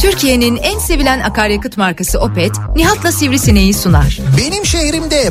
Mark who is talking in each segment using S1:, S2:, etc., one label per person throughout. S1: Türkiye'nin en sevilen akaryakıt markası Opet, Nihat'la Sivrisineği sunar.
S2: Benim şehrimde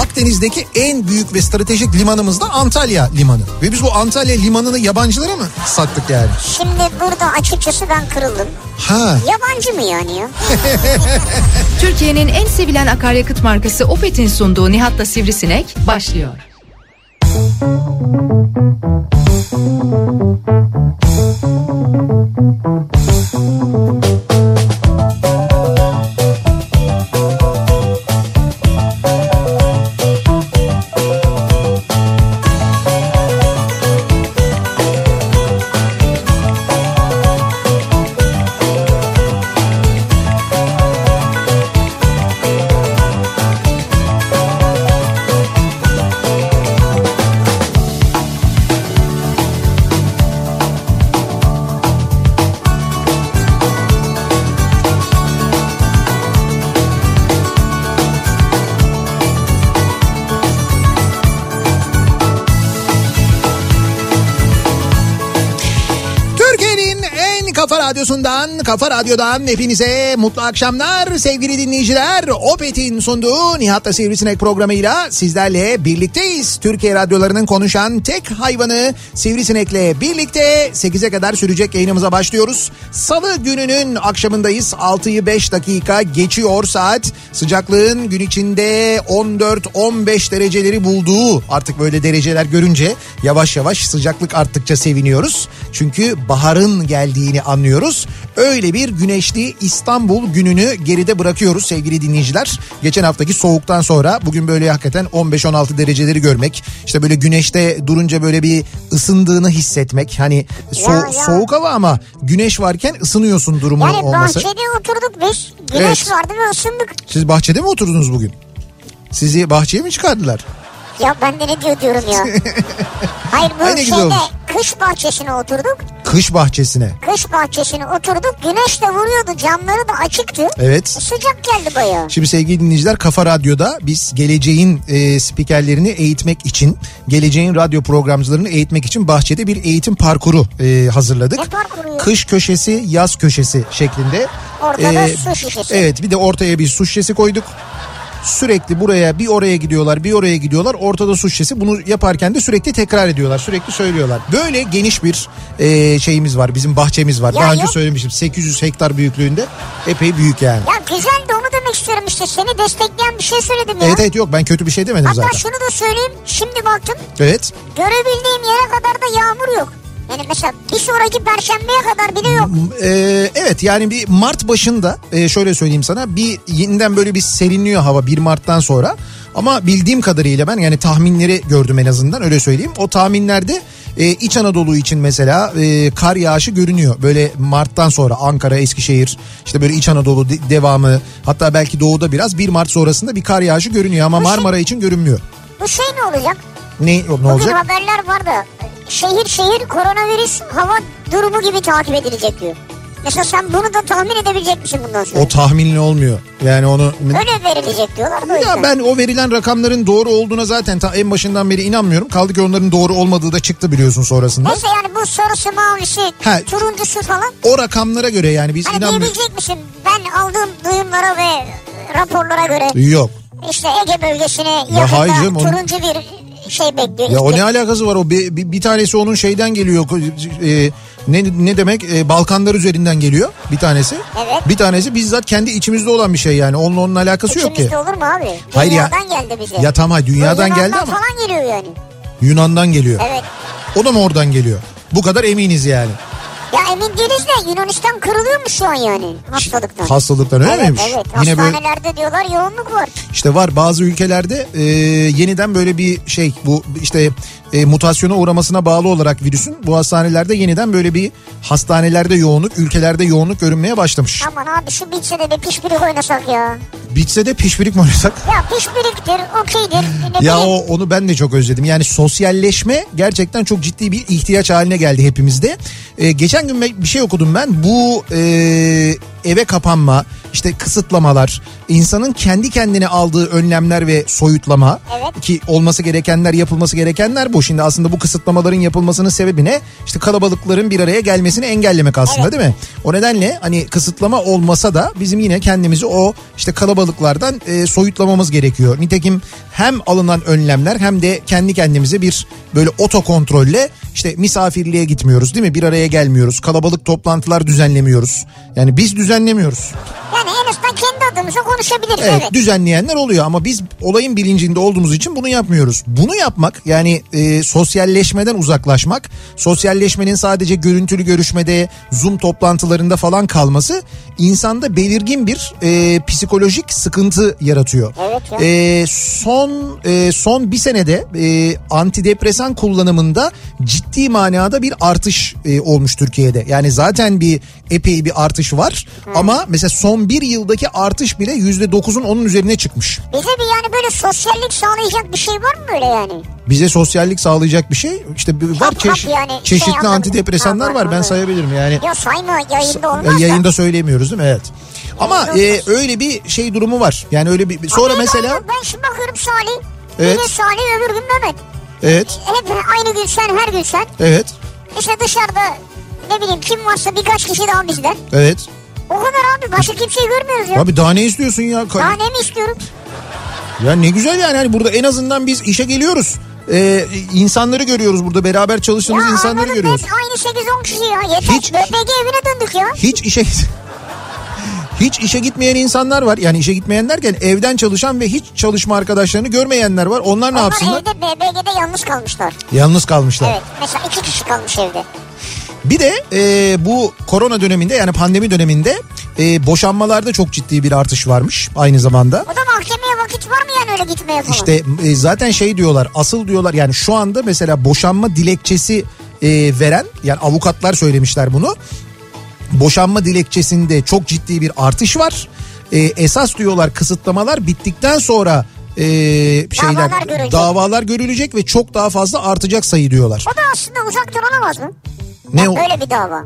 S2: Akdeniz'deki en büyük ve stratejik limanımız da Antalya Limanı. Ve biz bu Antalya Limanı'nı yabancılara mı sattık yani?
S3: Şimdi burada açıkçası ben kırıldım.
S2: Ha.
S3: Yabancı mı yani ya?
S1: Türkiye'nin en sevilen akaryakıt markası Opet'in sunduğu Nihat'la Sivrisinek başlıyor.
S2: Türkiye'nin en kafa radyosundan, kafa radyodan hepinize mutlu akşamlar sevgili dinleyiciler. Opet'in sunduğu Nihat'ta Sivrisinek programıyla sizlerle birlikteyiz. Türkiye radyolarının konuşan tek hayvanı Sivrisinek'le birlikte 8'e kadar sürecek yayınımıza başlıyoruz. Salı gününün akşamındayız. 6'yı 5 dakika geçiyor saat. Sıcaklığın gün içinde 14-15 dereceleri bulduğu artık böyle dereceler görünce yavaş yavaş sıcaklık arttıkça seviniyoruz. Çünkü baharın geldiğini anlıyoruz. Öyle bir güneşli İstanbul gününü geride bırakıyoruz sevgili dinleyiciler. Geçen haftaki soğuktan sonra bugün böyle hakikaten 15-16 dereceleri görmek. işte böyle güneşte durunca böyle bir ısındığını hissetmek. Hani so-
S3: Ya, ya.
S2: soğuk hava ama güneş varken ısınıyorsun durumu
S3: Yani
S2: olması.
S3: bahçede oturduk biz. Güneş
S2: Evet.
S3: vardı ve ısındık.
S2: Siz bahçede mi oturdunuz bugün? Sizi bahçeye mi çıkardılar?
S3: Ya ben de ne diyor diyorum ya. Hayır bu
S2: Ay ne güzel
S3: şeyde
S2: olmuş.
S3: kış bahçesine oturduk.
S2: Kış bahçesine.
S3: Kış bahçesine oturduk. Güneş de vuruyordu. Camları da açıktı.
S2: Evet.
S3: Sıcak geldi bayağı.
S2: Şimdi sevgili dinleyiciler Kafa Radyo'da biz geleceğin e, spikerlerini eğitmek için, geleceğin radyo programcılarını eğitmek için bahçede bir eğitim parkuru e, hazırladık.
S3: Ne parkuru ya?
S2: Kış köşesi, yaz köşesi şeklinde. E,
S3: Ortada su şişesi.
S2: Evet bir de ortaya bir su şişesi koyduk. Sürekli buraya bir oraya gidiyorlar bir oraya gidiyorlar ortada su şişesi bunu yaparken de sürekli tekrar ediyorlar sürekli söylüyorlar. Böyle geniş bir e, şeyimiz var bizim bahçemiz var
S3: Ya
S2: daha önce
S3: yok.
S2: söylemiştim 800 hektar büyüklüğünde epey büyük yani.
S3: Ya güzel de onu demek istiyorum işte. Seni destekleyen bir şey söyledim ya.
S2: Evet evet yok ben kötü bir şey demedim
S3: Hatta
S2: zaten.
S3: şunu da söyleyeyim. Şimdi baktım
S2: Evet.
S3: görebildiğim yere kadar da yağmur yok. Yani mesela bir sonraki perşembeye kadar bile yok.
S2: Ee, evet yani bir Mart başında e, şöyle söyleyeyim sana bir yeniden böyle bir serinliyor hava 1 Mart'tan sonra. Ama bildiğim kadarıyla ben yani tahminleri gördüm en azından öyle söyleyeyim. O tahminlerde e, İç Anadolu için mesela e, kar yağışı görünüyor. Böyle Mart'tan sonra Ankara, Eskişehir işte böyle İç Anadolu de- devamı hatta belki doğuda biraz 1 Mart sonrasında bir kar yağışı görünüyor ama Marmara için görünmüyor.
S3: Bu şey ne olacak?
S2: Ne, ne
S3: Bugün
S2: olacak?
S3: haberler vardı. Şehir şehir koronavirüs hava durumu gibi takip edilecek diyor. Mesela sen bunu da tahmin edebilecek misin bundan sonra?
S2: O tahminli olmuyor. Yani onu
S3: Öyle verilecek diyorlar da o
S2: Ya
S3: yüzden.
S2: ben o verilen rakamların doğru olduğuna zaten ta en başından beri inanmıyorum. Kaldı ki onların doğru olmadığı da çıktı biliyorsun sonrasında.
S3: Neyse yani bu sorusu mavisi,
S2: He.
S3: turuncusu falan.
S2: O rakamlara göre yani biz
S3: Hani
S2: inanmıyoruz.
S3: diyebilecek misin? Ben aldığım duyumlara ve raporlara göre
S2: Yok.
S3: işte Ege bölgesine yakında
S2: hayır canım, onu-
S3: turuncu bir şey bekliyor.
S2: Ya o
S3: İşte
S2: ne alakası var o bir, bir, bir tanesi onun şeyden geliyor e, ne ne demek E, Balkanlar üzerinden geliyor bir tanesi.
S3: Evet.
S2: Bir tanesi bizzat kendi içimizde olan bir şey yani onunla onun alakası yok ki.
S3: İçimizde olur mu abi?
S2: Hayır ya.
S3: Dünyadan geldi bize.
S2: Ya tamam hayır,
S3: Bu
S2: dünyadan geldi
S3: Yunan'dan
S2: ama
S3: falan geliyor yani.
S2: Yunan'dan geliyor.
S3: Evet.
S2: O da mı oradan geliyor? Bu kadar eminiz yani.
S3: Ya emin değiliz de Yunanistan kırılıyormuş şu an yani hastalıktan.
S2: Hastalıktan öyle
S3: evet,
S2: miymiş?
S3: Evet
S2: Yine böyle
S3: hastanelerde diyorlar yoğunluk var.
S2: İşte var bazı ülkelerde e, yeniden böyle bir şey bu işte e, mutasyona uğramasına bağlı olarak virüsün bu hastanelerde yeniden böyle bir hastanelerde yoğunluk ülkelerde yoğunluk görünmeye başlamış.
S3: Aman abi şu bitse de bir pişpirik oynasak ya.
S2: Bitse de pişpirik mi oynasak?
S3: Ya pişpiriktir, okeydir. Ne
S2: Ya o
S3: bileyim.
S2: onu ben de çok özledim. Yani sosyalleşme gerçekten çok ciddi bir ihtiyaç haline geldi hepimizde. Ee, geçen gün ben- bir şey okudum ben. Bu e, eve kapanma, işte kısıtlamalar, insanın kendi kendine aldığı önlemler ve soyutlama
S3: Evet.
S2: ki olması gerekenler, yapılması gerekenler bu. Şimdi aslında bu kısıtlamaların yapılmasının sebebi ne? İşte kalabalıkların bir araya gelmesini engellemek aslında değil mi? O nedenle hani kısıtlama olmasa da bizim yine kendimizi o işte kalabalıklardan e, soyutlamamız gerekiyor. Nitekim hem alınan önlemler hem de kendi kendimize bir böyle otokontrolle işte misafirliğe gitmiyoruz değil mi? Bir araya gelmiyoruz. Kalabalık toplantılar düzenlemiyoruz. Yani biz düzenlemiyoruz.
S3: Yani en azından kendi adımıza konuşabiliriz.
S2: Evet,
S3: Evet.
S2: düzenleyenler oluyor ama biz olayın bilincinde olduğumuz için bunu yapmıyoruz. Bunu yapmak yani e, sosyalleşmeden uzaklaşmak, sosyalleşmenin sadece görüntülü görüşmede, Zoom toplantılarında falan kalması insanda belirgin bir e, psikolojik sıkıntı yaratıyor.
S3: Evet ya.
S2: E, son e, son bir senede e, antidepresan kullanımında ciddi manada bir artış e, olmuş Türkiye'de. Yani zaten bir epey bir artış var ama mesela son bir yıldaki artış bile yüzde dokuzun onun üzerine çıkmış.
S3: Bize bir yani böyle sosyallik sağlayacak bir şey var mı böyle yani?
S2: Bize sosyallik sağlayacak bir şey işte bir- var
S3: hap
S2: çeşit,
S3: yani, şey
S2: çeşitli
S3: anlamında.
S2: antidepresanlar
S3: Ha, var,
S2: var ben
S3: anladım.
S2: sayabilirim yani.
S3: Ya sayma yayında olmaz
S2: Ya-
S3: da.
S2: Yayında söyleyemiyoruz değil mi? Evet. Ama
S3: Yayında
S2: e,
S3: olmaz.
S2: öyle bir şey durumu var. Yani öyle bir sonra
S3: Ama
S2: mesela
S3: Ben, ben şimdi bakıyorum Salih.
S2: Evet.
S3: Biri Salih öbür gün Mehmet.
S2: evet
S3: Hep aynı gün sen her gün sen.
S2: evet
S3: İşte dışarıda ne bileyim kim varsa birkaç kişi daha bizden.
S2: evet.
S3: O kadar abi başka kimseyi görmüyoruz ya.
S2: Abi daha ne istiyorsun ya? Ka-
S3: Daha ne mi istiyorum?
S2: Ya ne güzel yani hani burada en azından biz işe geliyoruz. Ee, insanları görüyoruz burada beraber çalıştığımız insanları
S3: anladım,
S2: görüyoruz.
S3: Hep aynı 8-10 kişi ya. Yeter.
S2: Hiç-
S3: Hiç. BPG evine döndük ya.
S2: Hiç işe Hiç işe gitmeyen insanlar var. Yani işe gitmeyen derken evden çalışan ve hiç çalışma arkadaşlarını görmeyenler var. Onlar ne
S3: Onlar
S2: yapsınlar?
S3: evde BBG'de yalnız kalmışlar.
S2: Yalnız kalmışlar.
S3: Evet. Mesela iki kişi kalmış evde.
S2: Bir de e, bu korona döneminde yani pandemi döneminde e, boşanmalarda çok ciddi bir artış varmış aynı zamanda.
S3: O da mahkemeye vakit var mı yani öyle gitmeye falan?
S2: İşte e, zaten şey diyorlar asıl diyorlar yani şu anda mesela boşanma dilekçesi e, veren yani avukatlar söylemişler bunu. Boşanma dilekçesinde çok ciddi bir artış var. E, esas diyorlar kısıtlamalar bittikten sonra e, şeyler
S3: Davalar görülecek.
S2: davalar görülecek ve çok daha fazla artacak sayı diyorlar.
S3: O da aslında uzaktan olamaz mı?
S2: Ne
S3: Ya
S2: o-
S3: Böyle bir dava.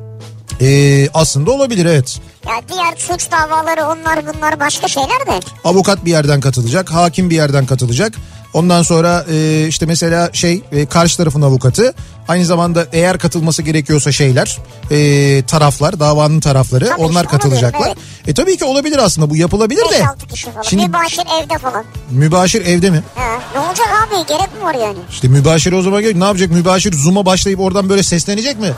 S2: E, aslında olabilir evet.
S3: Ya diğer suç davaları onlar bunlar başka şeyler de.
S2: Avukat bir yerden katılacak, hakim bir yerden katılacak. Ondan sonra e, işte mesela şey e, karşı tarafın avukatı aynı zamanda eğer katılması gerekiyorsa şeyler e, taraflar davanın tarafları
S3: Tabii
S2: onlar
S3: işte onu
S2: katılacaklar.
S3: diyorum,
S2: E tabii ki olabilir aslında bu yapılabilir de
S3: 5-6 kişi falan.
S2: şimdi
S3: Bir bahçenin evde falan.
S2: mübaşir evde mi?
S3: Ha, ne olacak abi gerek mi var yani?
S2: İşte mübaşir o zaman gel- ne yapacak mübaşir Zoom'a başlayıp oradan böyle seslenecek mi?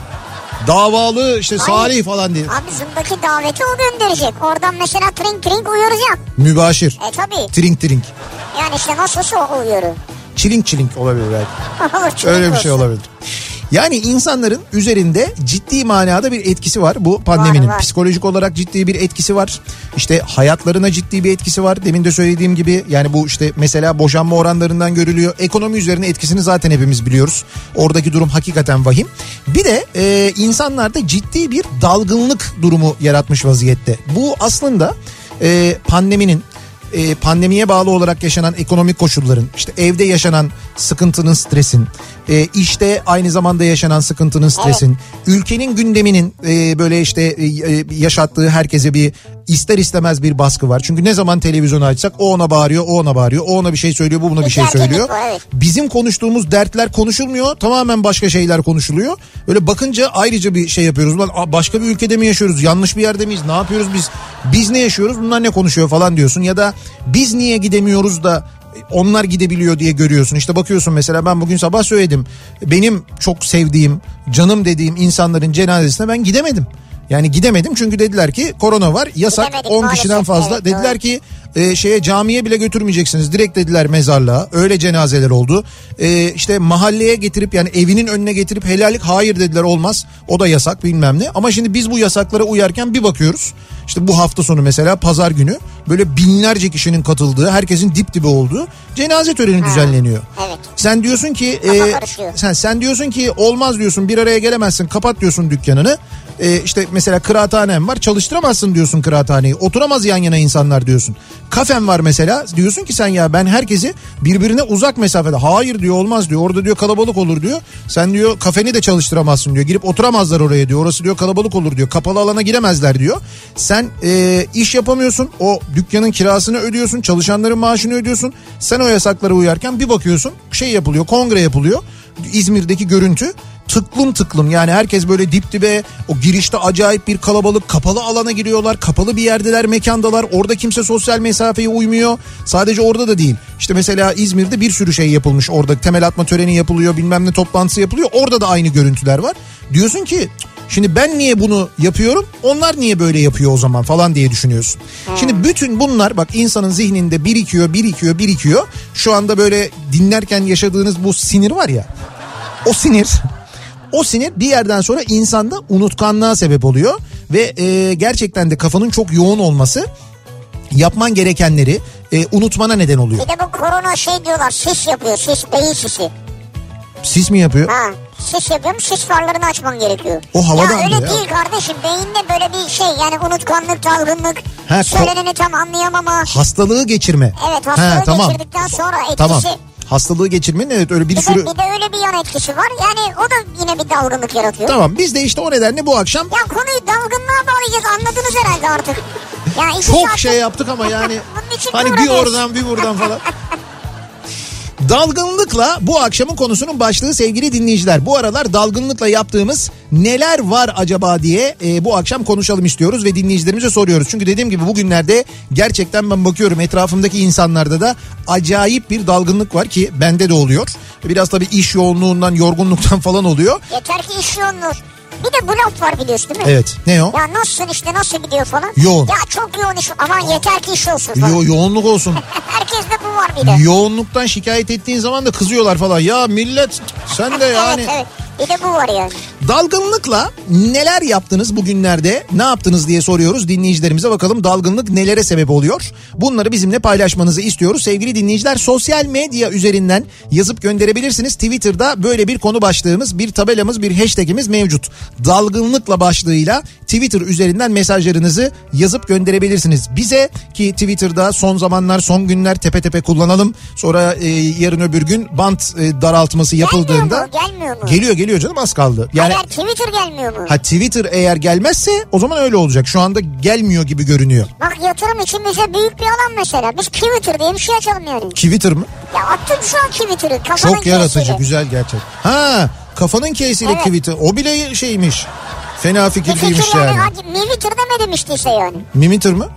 S2: Davalı işte Salih falan diye
S3: Abi Zoom'daki daveti o gönderecek. Oradan mesela trink trink uyuyoruz ya.
S2: mübaşir
S3: E tabii.
S2: trink trink
S3: Yani işte nasılsa o uyuyoruz.
S2: çilink çilink olabilir belki.
S3: Olur, çocuk
S2: Öyle bir şey
S3: olsun.
S2: olabilir. Yani insanların üzerinde ciddi manada bir etkisi var bu pandeminin.
S3: Var, var.
S2: Psikolojik olarak ciddi bir etkisi var. İşte hayatlarına ciddi bir etkisi var. Demin de söylediğim gibi yani bu işte mesela boşanma oranlarından görülüyor. Ekonomi üzerine etkisini zaten hepimiz biliyoruz. Oradaki durum hakikaten vahim. Bir de e, insanlarda ciddi bir dalgınlık durumu yaratmış vaziyette. Bu aslında e, pandeminin e, pandemiye bağlı olarak yaşanan ekonomik koşulların, işte evde yaşanan sıkıntının, stresin, e, işte aynı zamanda yaşanan sıkıntının, stresin, ülkenin gündeminin e, böyle işte e, e, yaşattığı herkese bir ister istemez bir baskı var. Çünkü ne zaman televizyonu açsak o ona bağırıyor, o ona bağırıyor, o ona bir şey söylüyor, bu buna bir şey
S3: gerginlik
S2: söylüyor.
S3: var, evet.
S2: Bizim konuştuğumuz dertler konuşulmuyor, tamamen başka şeyler konuşuluyor. Böyle bakınca ayrıca bir şey yapıyoruz. Ulan a, başka bir ülkede mi yaşıyoruz, yanlış bir yerde miyiz, ne yapıyoruz biz, biz ne yaşıyoruz, bunlar ne konuşuyor falan diyorsun. Ya da biz niye gidemiyoruz da e, onlar gidebiliyor diye görüyorsun. İşte bakıyorsun mesela ben bugün sabah söyledim. Benim çok sevdiğim, canım dediğim insanların cenazesine ben gidemedim. Yani gidemedim çünkü dediler ki korona var yasak
S3: Gidemedik
S2: 10 kişiden
S3: maalesef,
S2: fazla.
S3: evet,
S2: dediler
S3: doğru.
S2: ki e, şeye camiye bile götürmeyeceksiniz. Direkt dediler mezarlığa. Öyle cenazeler oldu. E, işte mahalleye getirip yani evinin önüne getirip helallik hayır dediler olmaz. O da yasak bilmem ne. Ama şimdi biz bu yasaklara uyarken bir bakıyoruz. İşte bu hafta sonu mesela pazar günü böyle binlerce kişinin katıldığı, herkesin dip dibe olduğu cenaze töreni düzenleniyor.
S3: Evet.
S2: Sen diyorsun ki e,
S3: Kafa karışıyor.
S2: sen sen diyorsun ki olmaz diyorsun bir araya gelemezsin kapat diyorsun dükkanını. E, işte mesela kıraathanem var çalıştıramazsın diyorsun kıraathaneyi. Oturamaz yan yana insanlar diyorsun. Kafen var mesela diyorsun ki sen ya ben herkesi birbirine uzak mesafede. Hayır diyor olmaz diyor orada diyor kalabalık olur diyor. Sen diyor kafeni de çalıştıramazsın diyor. Girip oturamazlar oraya diyor. Orası diyor kalabalık olur diyor. Kapalı alana giremezler diyor. Sen e, iş yapamıyorsun. O dükkanın kirasını ödüyorsun. Çalışanların maaşını ödüyorsun. Sen o yasaklara uyarken bir bakıyorsun şey yapılıyor kongre yapılıyor. İzmir'deki görüntü tıklım tıklım yani herkes böyle dip dibe o girişte acayip bir kalabalık kapalı alana giriyorlar kapalı bir yerdeler mekandalar orada kimse sosyal mesafeye uymuyor sadece orada da değil işte mesela İzmir'de bir sürü şey yapılmış orada temel atma töreni yapılıyor bilmem ne toplantısı yapılıyor orada da aynı görüntüler var diyorsun ki şimdi ben niye bunu yapıyorum onlar niye böyle yapıyor o zaman falan diye düşünüyorsun şimdi bütün bunlar bak insanın zihninde birikiyor birikiyor birikiyor şu anda böyle dinlerken yaşadığınız bu sinir var ya o sinir o sinir bir yerden sonra insanda unutkanlığa sebep oluyor ve e, gerçekten de kafanın çok yoğun olması yapman gerekenleri e, unutmana neden oluyor.
S3: Bir de bu korona şey diyorlar sis yapıyor sis beyin sisi.
S2: Sis mi yapıyor?
S3: Ha sis yapıyorum sis farlarını açman gerekiyor.
S2: O havadan
S3: ya öyle
S2: mı ya?
S3: değil kardeşim beyinde böyle bir şey yani unutkanlık dalgınlık
S2: Ha, ko-
S3: söyleneni tam anlayamama.
S2: Hastalığı geçirme.
S3: Evet hastalığı
S2: Ha, tamam.
S3: geçirdikten sonra etkisi.
S2: Tamam. Hastalığı geçirmenin evet öyle bir
S3: Bir de,
S2: sürü...
S3: bir de öyle bir yan etkisi var yani o da yine bir dalgınlık yaratıyor.
S2: Tamam biz de işte o nedenle bu akşam
S3: Ya konuyu dalgınlığa bağlayacağız anladınız herhalde artık. Ya iki
S2: çok
S3: saattir-
S2: şey yaptık ama yani
S3: Bunun için
S2: hani bir
S3: uğraşıyoruz.
S2: oradan bir buradan falan. Dalgınlıkla bu akşamın konusunun başlığı sevgili dinleyiciler. Bu aralar dalgınlıkla yaptığımız neler var acaba diye e, bu akşam konuşalım istiyoruz ve dinleyicilerimize soruyoruz. Çünkü dediğim gibi bugünlerde gerçekten ben bakıyorum etrafımdaki insanlarda da acayip bir dalgınlık var ki bende de oluyor. Biraz tabii iş yoğunluğundan, yorgunluktan falan oluyor.
S3: Yeter ki iş yoğunluğu. Bir de bu laf var biliyorsun değil mi?
S2: Evet. Ne o?
S3: Ya nasılsın işte nasıl gidiyor falan.
S2: Yoğun.
S3: Ya çok yoğun iş aman yeter ki iş olsun falan.
S2: Yo- yoğunluk olsun.
S3: Herkeste bu var bir de.
S2: Yoğunluktan şikayet ettiğin zaman da kızıyorlar falan. Ya millet sen de yani.
S3: Evet evet bir de bu var yani.
S2: Dalgınlıkla neler yaptınız bugünlerde? Ne yaptınız diye soruyoruz dinleyicilerimize bakalım dalgınlık nelere sebep oluyor? Bunları bizimle paylaşmanızı istiyoruz. Sevgili dinleyiciler sosyal medya üzerinden yazıp gönderebilirsiniz. Twitter'da böyle bir konu başlığımız, bir tabelamız, bir hashtagimiz mevcut. Dalgınlıkla başlığıyla Twitter üzerinden mesajlarınızı yazıp gönderebilirsiniz. Bize ki Twitter'da son zamanlar, son günler tepe tepe kullanalım. Sonra e, yarın öbür gün bant e, daraltması yapıldığında...
S3: Gelmiyor mu? Gelmiyor mu?
S2: Geliyor geliyor canım az kaldı. Yani
S3: Haber Twitter gelmiyor mu?
S2: ha Twitter eğer gelmezse o zaman öyle olacak. Şu anda gelmiyor gibi görünüyor.
S3: Bak yatırım için bize büyük bir alan mesela. Biz Twitter diye bir şey açalım yani.
S2: Twitter mı?
S3: Ya attım şu an Twitter'ı. Kafanın
S2: Çok yaratıcı,
S3: kesiri.
S2: güzel gerçek. Ha, kafanın kesili
S3: Evet.
S2: Twitter. O bile şeymiş. Fena fikir
S3: Twitter
S2: değilmiş
S3: yani.
S2: şey yani.
S3: hadi Twitter demedim işte ise yani.
S2: Mimitter mı?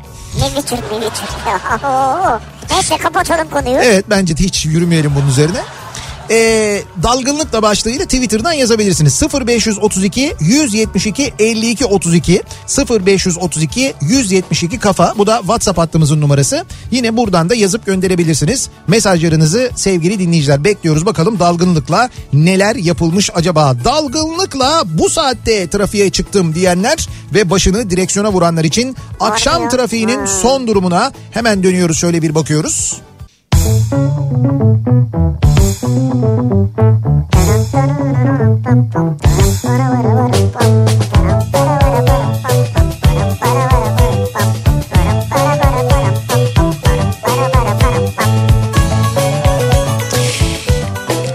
S3: Twitter, Twitter. Oo. Neyse kapatalım konuyu.
S2: Evet bence de hiç yürümeyelim bunun üzerine. Ee, dalgınlıkla başlığıyla Twitter'dan yazabilirsiniz. 0532 172 52 32 0532 172 kafa bu da WhatsApp hattımızın numarası. Yine buradan da yazıp gönderebilirsiniz. Mesajlarınızı sevgili dinleyiciler bekliyoruz. Bakalım dalgınlıkla neler yapılmış acaba? Dalgınlıkla bu saatte trafiğe çıktım diyenler ve başını direksiyona vuranlar için akşam
S3: ya.
S2: trafiğinin son durumuna hemen dönüyoruz şöyle bir bakıyoruz.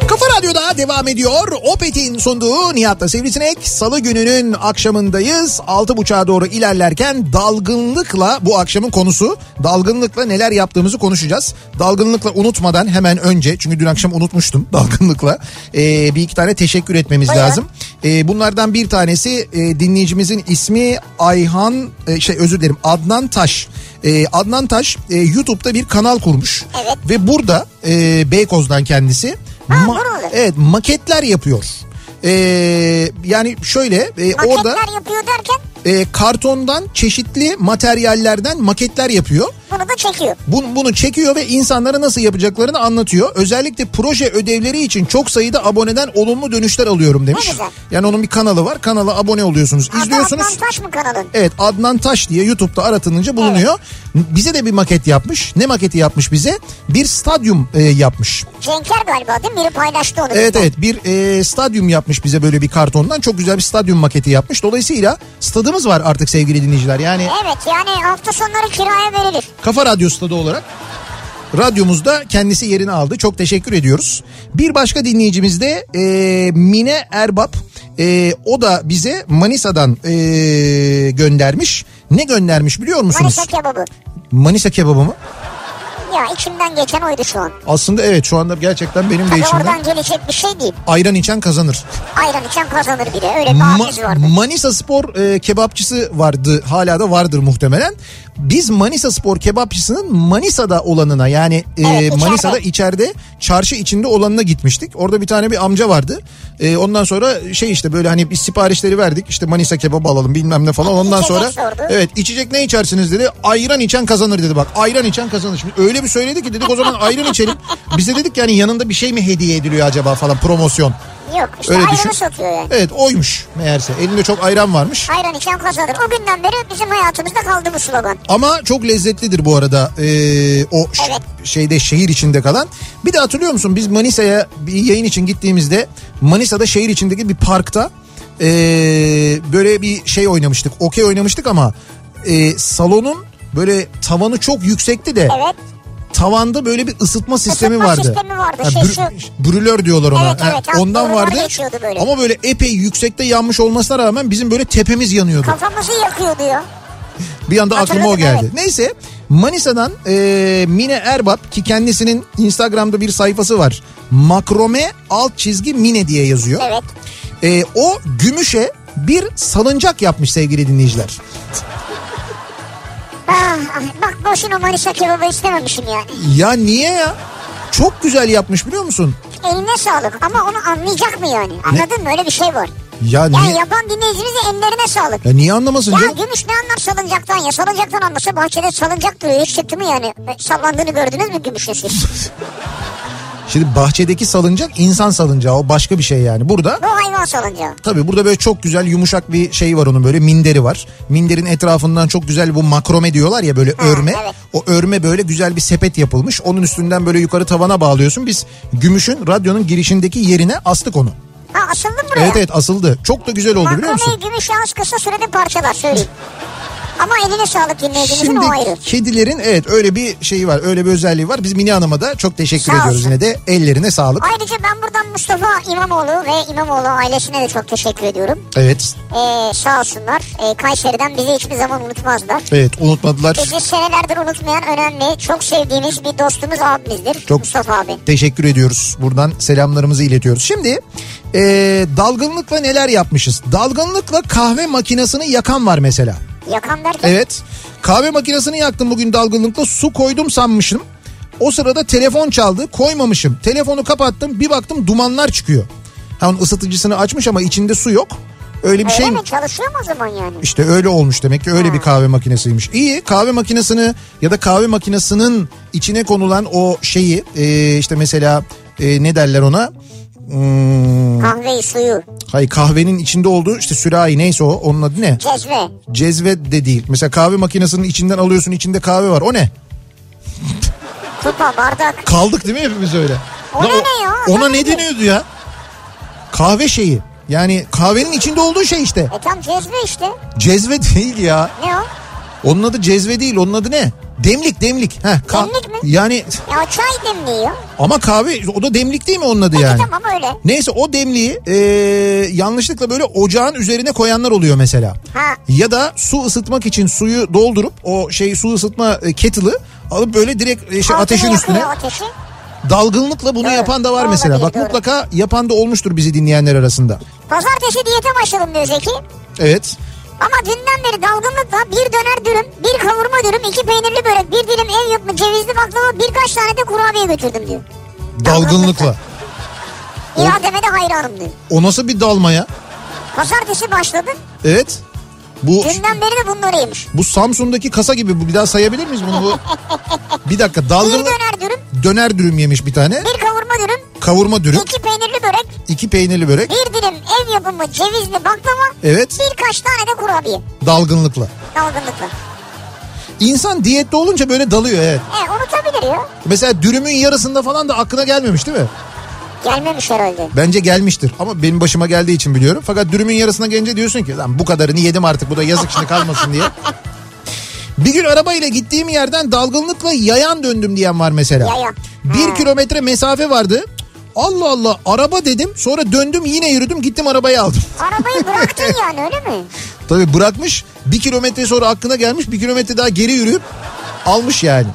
S2: Kafa Radyo'da devam ediyor. Opet'in sunduğu Nihat'la Sivrisinek. Salı gününün akşamındayız. 6.30'a doğru ilerlerken dalgınlıkla bu akşamın konusu. Dalgınlıkla neler yaptığımızı konuşacağız. Dalgınlıkla unutmadan hemen önce çünkü dün akşam unutmuştum dalgınlıkla. ee, bir iki tane teşekkür etmemiz
S3: Buyurun.
S2: lazım. Ee, bunlardan bir tanesi e, dinleyicimizin ismi Ayhan e, şey özür dilerim Adnan Taş. Ee, Adnan Taş e, YouTube'da bir kanal kurmuş.
S3: Evet.
S2: Ve burada e, Beykoz'dan kendisi
S3: Ha, buralı.
S2: evet maketler yapıyor. Ee, yani şöyle e, orada
S3: Maketler yapıyor derken
S2: e, kartondan çeşitli materyallerden maketler yapıyor.
S3: Bunu da çekiyor.
S2: Bun- bunu çekiyor ve insanlara nasıl yapacaklarını anlatıyor. Özellikle proje ödevleri için çok sayıda aboneden olumlu dönüşler alıyorum demiş.
S3: Ne güzel.
S2: Yani onun bir kanalı var. Kanala abone oluyorsunuz.
S3: Adı
S2: izliyorsunuz.
S3: Adnan Taş mı kanalın?
S2: Evet Adnan Taş diye YouTube'da aratılınca bulunuyor. Bize de bir maket yapmış. Ne maketi yapmış bize? Bir stadyum e, yapmış.
S3: Cenker galiba değil mi? Biri paylaştı onu.
S2: Evet
S3: bizden.
S2: evet bir e, stadyum yapmış bize böyle bir kartondan. Çok güzel bir stadyum maketi yapmış. Dolayısıyla stadımız var artık sevgili dinleyiciler. Yani
S3: Evet yani hafta sonları kiraya verilir.
S2: Kafa Radyo Stadı olarak radyomuzda kendisi yerini aldı. Çok teşekkür ediyoruz. Bir başka dinleyicimiz de e, Mine Erbap. E, o da bize Manisa'dan e, göndermiş. Ne göndermiş biliyor musunuz?
S3: Manisa kebabı.
S2: Manisa kebabı mı?
S3: Ya içimden geçen oydu şu an.
S2: Aslında evet şu anda gerçekten benim de
S3: Tabii
S2: içimden
S3: oradan gelecek bir şey değil.
S2: ayran içen kazanır.
S3: Ayran içen kazanır bile. Öyle bir
S2: Ma-
S3: abiz vardı.
S2: Manisa Spor e, kebapçısı vardı. Hala da vardır muhtemelen. Biz Manisa Spor kebapçısının Manisa'da olanına yani e,
S3: Evet, içeride.
S2: Manisa'da içeride çarşı içinde olanına gitmiştik. Orada bir tane bir amca vardı. E, ondan sonra şey işte böyle hani biz siparişleri verdik. İşte Manisa kebabı alalım bilmem ne falan. Ondan
S3: İçecek
S2: sonra
S3: sordu.
S2: evet içecek ne içersiniz dedi. Ayran içen kazanır dedi bak. Ayran içen kazanır. Şimdi öyle bir söyledi ki dedik o zaman ayran içelim. Biz de dedik yani yanında bir şey mi hediye ediliyor acaba falan promosyon.
S3: Yok işte
S2: Öyle
S3: ayranı
S2: düşün.
S3: satıyor yani.
S2: Evet oymuş meğerse. Elinde çok ayran varmış.
S3: Ayran içen kazanır. O günden beri bizim hayatımızda kaldı bu slogan.
S2: Ama çok lezzetlidir bu arada ee, o ş-
S3: Evet.
S2: şeyde şehir içinde kalan. Bir de hatırlıyor musun biz Manisa'ya bir yayın için gittiğimizde Manisa'da şehir içindeki bir parkta ee, böyle bir şey oynamıştık. Okey oynamıştık ama ee, salonun böyle tavanı çok yüksekti de
S3: Evet.
S2: tavanda böyle bir ısıtma sistemi
S3: Isıtma
S2: vardı.
S3: sistemi vardı, şey şu-
S2: brülör diyorlar ona.
S3: Evet,
S2: Ha,
S3: evet, ha,
S2: Ondan
S3: brülör
S2: vardı.
S3: geçiyordu böyle.
S2: Ama böyle epey yüksekte yanmış olmasına rağmen bizim böyle tepemiz yanıyordu.
S3: Kafamızı yakıyor diyor.
S2: Bir anda aklıma o
S3: Hatırladım,
S2: geldi.
S3: evet.
S2: Neyse Manisa'dan e, Mine Erbap ki kendisinin Instagram'da bir sayfası var. Makrome alt çizgi Mine diye yazıyor.
S3: Evet.
S2: E, o Gümüş'e bir salıncak yapmış sevgili dinleyiciler.
S3: Ah, ah, bak boşuna Manisa kebabı istememişim yani.
S2: Ya niye ya? Çok güzel yapmış biliyor musun?
S3: Eline sağlık ama onu anlayacak mı yani? Anladın mı? Öyle bir şey var.
S2: Ya
S3: Yani
S2: niye,
S3: yapan dinleyicimizin ellerine sağlık.
S2: ya niye anlamasın
S3: Ya
S2: canım?
S3: Gümüş ne anlar salıncaktan ya? Salıncaktan anlasa bahçede salıncak duruyor. Hiç çıktı mı yani? E, Sallandığını gördünüz mü Gümüş'ün siz?
S2: Şimdi bahçedeki salıncak insan salıncağı o başka bir şey yani. Burada
S3: Bu hayvan salıncağı.
S2: Tabii burada böyle çok güzel yumuşak bir şey var onun böyle minderi var. Minderin etrafından çok güzel bu makrome diyorlar ya böyle örme.
S3: evet.
S2: O örme böyle güzel bir sepet yapılmış. Onun üstünden böyle yukarı tavana bağlıyorsun. Biz Gümüş'ün radyonun girişindeki yerine astık onu.
S3: Ha asıldı mı buraya?
S2: Evet evet asıldı. Çok da güzel oldu biliyor musun?
S3: Makromeyi Gümüş yalnız kısa sürede parçalar söyleyeyim. Ama eline sağlık dinleyicimizin
S2: Şimdi
S3: o ayrı.
S2: kedilerin evet öyle bir şeyi var öyle bir özelliği var. Biz Mine Hanım'a da çok teşekkür
S3: Sağ
S2: ediyoruz
S3: olsun.
S2: yine de ellerine sağlık.
S3: Ayrıca ben buradan Mustafa İmamoğlu ve İmamoğlu ailesine de çok teşekkür ediyorum.
S2: Evet
S3: Ee, sağ olsunlar. Ee, Kayseri'den bizi hiçbir zaman unutmazlar.
S2: evet unutmadılar.
S3: Bizi senelerdir unutmayan önemli, çok sevdiğimiz bir dostumuz abimizdir.
S2: Çok-
S3: Mustafa abi.
S2: Teşekkür ediyoruz. Buradan selamlarımızı iletiyoruz. Şimdi e, dalgınlıkla neler yapmışız? Dalgınlıkla kahve makinesini yakan var mesela.
S3: Yakan derken
S2: Evet. Kahve makinesini yaktım bugün dalgınlıkla. Su koydum sanmışım. O sırada telefon çaldı. Koymamışım. Telefonu kapattım. Bir baktım dumanlar çıkıyor. Ha onun ısıtıcısını açmış ama içinde su yok. Öyle bir
S3: öyle
S2: şey mi?
S3: mi? Çalışıyor mu o zaman yani?
S2: İşte öyle olmuş demek ki öyle bir kahve makinesiymiş. İyi kahve makinesini ya da kahve makinesinin içine konulan o şeyi e, işte mesela e, ne derler ona? Hmm,
S3: Kahveyi, suyu,
S2: hayır kahvenin içinde olduğu işte sürahi neyse o onun adı ne?
S3: cezve.
S2: Cezve de değil. Mesela kahve makinesinin içinden alıyorsun içinde kahve var o ne?
S3: Kupa, bardak.
S2: Kaldık değil mi hepimiz öyle?
S3: Ona ne ya?
S2: Ona
S3: Ona
S2: ne
S3: ne?
S2: deniyordu ya? Kahve şeyi. Yani kahvenin içinde olduğu şey işte.
S3: E tam cezve işte.
S2: Cezve değil ya.
S3: Ne o?
S2: Onun adı cezve değil onun adı ne? Demlik demlik. Heh,
S3: Demlik mi?
S2: Yani
S3: Ya çay demliği ya.
S2: ama kahve o da demlik değil mi onun adı
S3: Peki
S2: yani?
S3: tamam öyle.
S2: Neyse o demliği e, yanlışlıkla böyle ocağın üzerine koyanlar oluyor mesela.
S3: Ha.
S2: Ya da su ısıtmak için suyu doldurup o şey su ısıtma e, kettle'ı alıp böyle direkt e, şey,
S3: Altını
S2: ateşin
S3: yakıyor
S2: üstüne
S3: Ateşi.
S2: dalgınlıkla bunu
S3: Doğru.
S2: yapan da var
S3: Doğru
S2: mesela.
S3: olabilir,
S2: Bak
S3: doğru.
S2: mutlaka yapan da olmuştur bizi dinleyenler arasında.
S3: Pazartesi diyete başladım diyor Zeki.
S2: Evet.
S3: Ama dünden beri dalgınlıkla bir döner dürüm, bir kavurma dürüm, iki peynirli börek, bir dilim ev yapımı cevizli baklava, birkaç tane de kurabiye götürdüm diyor.
S2: Dalgınlıkla.
S3: İrademe de hayranım diyor.
S2: O nasıl bir dalma ya?
S3: Pazartesi başladı.
S2: Evet. Bu
S3: Dünden beri de bunlarıymış.
S2: bu Samsun'daki kasa gibi bu bir daha sayabilir miyiz bunu? Bu... Bir dakika dalga
S3: Bir
S2: mı?
S3: döner dürüm,
S2: Döner dürüm yemiş bir tane.
S3: bir kavurma dürüm,
S2: Kavurma dürüm.
S3: iki peynirli börek,
S2: iki peynirli börek.
S3: bir dilim ev yapımı cevizli baklava,
S2: Evet
S3: birkaç tane de kurabiye.
S2: dalgınlıkla.
S3: Dalgınlıkla.
S2: İnsan diyette olunca böyle dalıyor evet.
S3: E unutabilir ya.
S2: Mesela dürümün yarısında falan da aklına gelmemiş değil mi?
S3: Gelmemiş herhalde.
S2: Bence gelmiştir ama benim başıma geldiği için biliyorum. Fakat dürümün yarısına gelince diyorsun ki lan bu kadarını yedim artık bu da yazık şimdi kalmasın diye. Bir gün arabayla gittiğim yerden dalgınlıkla yayan döndüm diyen var mesela.
S3: Yayan.
S2: Bir kilometre mesafe vardı. Allah Allah araba dedim sonra döndüm yine yürüdüm gittim arabayı aldım.
S3: Arabayı bıraktın yani öyle mi?
S2: Tabii bırakmış bir kilometre sonra aklına gelmiş bir kilometre daha geri yürüyüp almış yani.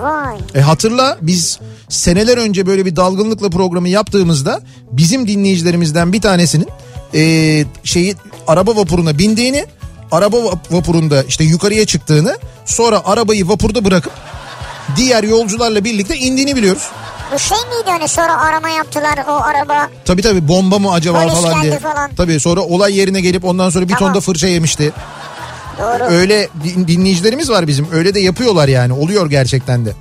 S3: Vay.
S2: E hatırla biz seneler önce böyle bir dalgınlıkla programı yaptığımızda bizim dinleyicilerimizden bir tanesinin e, şeyi araba vapuruna bindiğini, araba vap- vapurunda işte yukarıya çıktığını, sonra arabayı vapurda bırakıp diğer yolcularla birlikte indiğini biliyoruz.
S3: Bu şey miydi hani sonra arama yaptılar o araba.
S2: Tabii tabii bomba mı acaba
S3: Polis
S2: falan
S3: geldi
S2: diye.
S3: falan.
S2: Tabii sonra olay yerine gelip ondan sonra bir
S3: Tamam.
S2: ton da fırça yemişti.
S3: Doğru.
S2: Öyle din- dinleyicilerimiz var bizim. Öyle de yapıyorlar yani. Oluyor gerçekten de.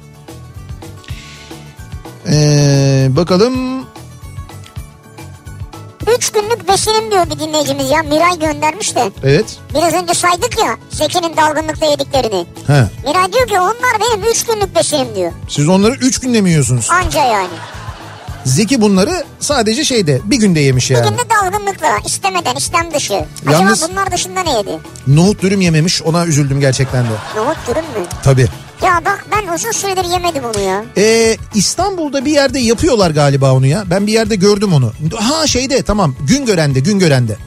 S2: Ee, bakalım
S3: Üç günlük besinim diyor bir dinleyicimiz ya. Miray göndermiş de.
S2: Evet.
S3: Biraz önce saydık ya Zeki'nin dalgınlıkta yediklerini.
S2: He.
S3: Miray diyor ki onlar benim üç günlük besinim diyor.
S2: Siz onları 3 günde mi yiyorsunuz?
S3: Anca yani.
S2: Zeki bunları sadece şeyde bir günde yemiş yani.
S3: Bugün de dalgınlıkla istemeden işlem dışı. Acaba
S2: Yalnız-
S3: bunlar dışında ne yedi?
S2: Nohut dürüm yememiş ona üzüldüm gerçekten de.
S3: Nohut dürüm mü?
S2: Tabii.
S3: Ya bak ben uzun süredir yemedim onu ya.
S2: Ee, İstanbul'da bir yerde yapıyorlar galiba onu ya. Ben bir yerde gördüm onu. Ha şeyde tamam Güngören'de Güngören'de.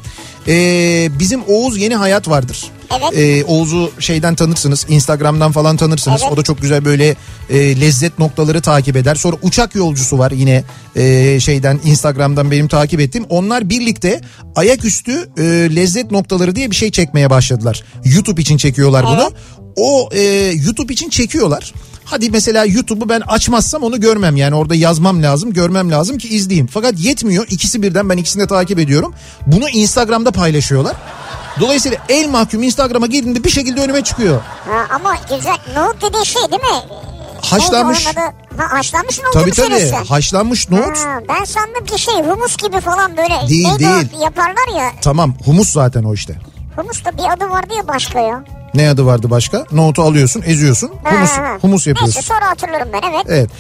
S2: Ee, bizim Oğuz Yeni Hayat vardır.
S3: Evet.
S2: Ee, Oğuz'u şeyden tanırsınız Instagram'dan falan tanırsınız.
S3: Evet.
S2: O da çok güzel böyle e, lezzet noktaları takip eder. Sonra uçak yolcusu var yine e, şeyden Instagram'dan benim takip ettiğim. Onlar birlikte ayaküstü e, lezzet noktaları diye bir şey çekmeye başladılar. YouTube için çekiyorlar bunu. O e, YouTube için çekiyorlar. Hadi mesela YouTube'u ben açmazsam onu görmem yani orada yazmam lazım görmem lazım ki izleyeyim. Fakat yetmiyor ikisi birden ben ikisini de takip ediyorum. Bunu Instagram'da paylaşıyorlar. Dolayısıyla el mahkum Instagram'a girdiğinde bir şekilde önüme çıkıyor.
S3: Ha, ama güzel nohut dediğin şey değil mi?
S2: Haşlanmış.
S3: Neydi onun adı? Ha, haşlanmış nohut
S2: Tabii
S3: mu
S2: tabii
S3: söylüyorsun?
S2: haşlanmış nohut.
S3: Ha, ben sandım ki şey humus gibi falan böyle.
S2: Değil,
S3: neydi o?
S2: değil.
S3: Yaparlar ya.
S2: Tamam humus zaten o işte.
S3: Humus da bir adı vardı ya başka ya.
S2: Ne adı vardı başka? Nohutu alıyorsun eziyorsun humus,
S3: Ha, ha.
S2: humus yapıyorsun.
S3: Neyse sonra hatırlarım ben evet.
S2: Evet.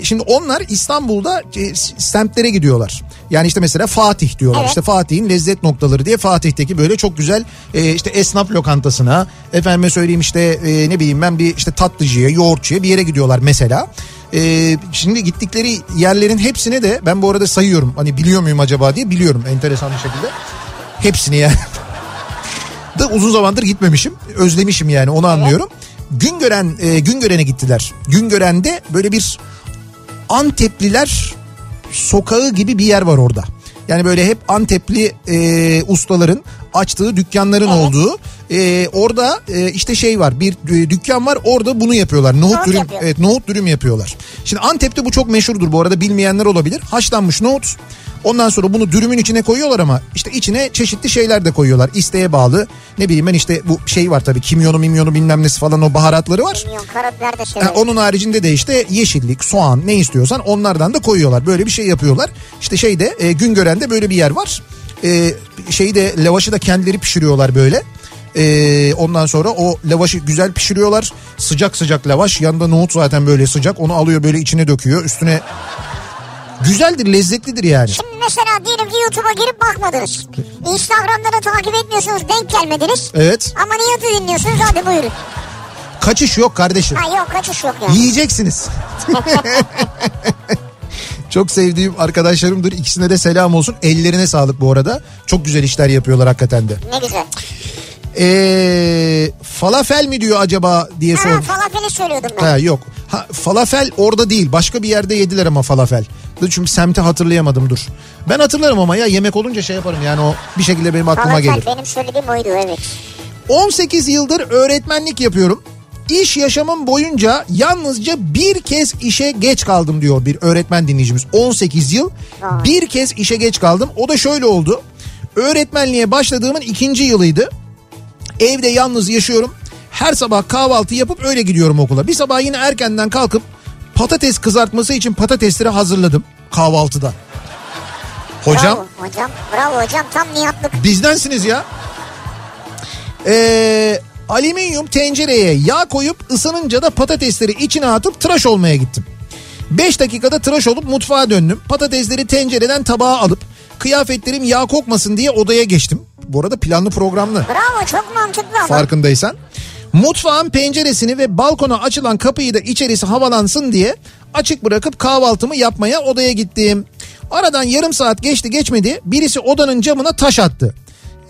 S2: Ee, şimdi onlar İstanbul'da e, s- semtlere gidiyorlar. Yani işte mesela Fatih diyorlar.
S3: Evet.
S2: İşte Fatih'in lezzet noktaları diye Fatih'teki böyle çok güzel e, işte esnaf lokantasına efendime söyleyeyim işte e, ne bileyim ben bir işte tatlıcıya, yoğurtçuya bir yere gidiyorlar mesela. E, şimdi gittikleri yerlerin hepsine de ben bu arada sayıyorum. Hani biliyor muyum acaba diye biliyorum enteresan bir şekilde. Hepsini yani. da uzun zamandır gitmemişim. Özlemişim yani onu anlıyorum. Güngören e, Güngören'e gittiler. Güngören'de böyle bir Antepliler sokağı gibi bir yer var orada. Yani böyle hep Antepli e, ustaların açtığı dükkanların olduğu. E, orada e, işte şey var bir e, dükkan var orada bunu yapıyorlar. Nohut, e,
S3: Nohut
S2: dürüm
S3: yapıyor.
S2: evet nohut dürüm yapıyorlar. Şimdi Antep'te bu çok meşhurdur bu arada bilmeyenler olabilir. Haşlanmış nohut. Ondan sonra bunu dürümün içine koyuyorlar ama işte içine çeşitli şeyler de koyuyorlar. İsteğe bağlı. Ne bileyim ben işte bu şey var tabii kimyonu mimyonu bilmem nesi falan o baharatları var.
S3: Bilmiyorum karabiber de
S2: Ha,
S3: severim.
S2: onun haricinde de işte yeşillik, soğan ne istiyorsan onlardan da koyuyorlar. Böyle bir şey yapıyorlar. İşte şeyde e, Güngören'de böyle bir yer var. E, şeyi de lavaşı da kendileri pişiriyorlar böyle. E, ondan sonra o lavaşı güzel pişiriyorlar. Sıcak sıcak lavaş. Yanında nohut zaten böyle sıcak. Onu alıyor böyle içine döküyor. Üstüne güzeldir, lezzetlidir yani.
S3: Şimdi mesela diyelim ki YouTube'a girip bakmadınız. Instagram'da da takip etmiyorsunuz denk gelmediniz.
S2: Evet.
S3: Ama niyatı dinliyorsunuz hadi buyurun.
S2: Kaçış yok kardeşim.
S3: Ha yok kaçış yok yani.
S2: Yiyeceksiniz. Çok sevdiğim arkadaşlarımdır. İkisine de selam olsun. Ellerine sağlık bu arada. Çok güzel işler yapıyorlar hakikaten de.
S3: Ne güzel.
S2: Ee, falafel mi diyor acaba diye
S3: Ha,
S2: sormuş.
S3: falafeli söylüyordum ben.
S2: E, Ha yok. Ha, falafel orada değil. Başka bir yerde yediler ama falafel. Dur Çünkü semti hatırlayamadım dur. Ben hatırlarım ama ya yemek olunca şey yaparım yani o bir şekilde benim aklıma
S3: Falafel
S2: gelir.
S3: benim söylediğim oydu evet.
S2: 18 yıldır öğretmenlik yapıyorum. İş yaşamım boyunca yalnızca bir kez işe geç kaldım diyor bir öğretmen dinleyicimiz. 18 yıl
S3: Vay.
S2: bir kez işe geç kaldım. O da şöyle oldu. Öğretmenliğe başladığımın ikinci yılıydı. Evde yalnız yaşıyorum. Her sabah kahvaltı yapıp öyle gidiyorum okula. Bir sabah yine erkenden kalkıp patates kızartması için patatesleri hazırladım kahvaltıda. Hocam
S3: Bravo hocam. Bravo hocam. Tam nihatlık.
S2: Bizdensiniz ya. Ee, alüminyum tencereye yağ koyup ısınınca da patatesleri içine atıp tıraş olmaya gittim. 5 dakikada tıraş olup mutfağa döndüm. Patatesleri tencereden tabağa alıp kıyafetlerim yağ kokmasın diye odaya geçtim. Bu arada planlı programlı
S3: Bravo çok mantıklı ama.
S2: farkındaysan. Mutfağın penceresini ve balkona açılan kapıyı da içerisi havalansın diye açık bırakıp kahvaltımı yapmaya odaya gittim. Aradan yarım saat geçti geçmedi birisi odanın camına taş attı.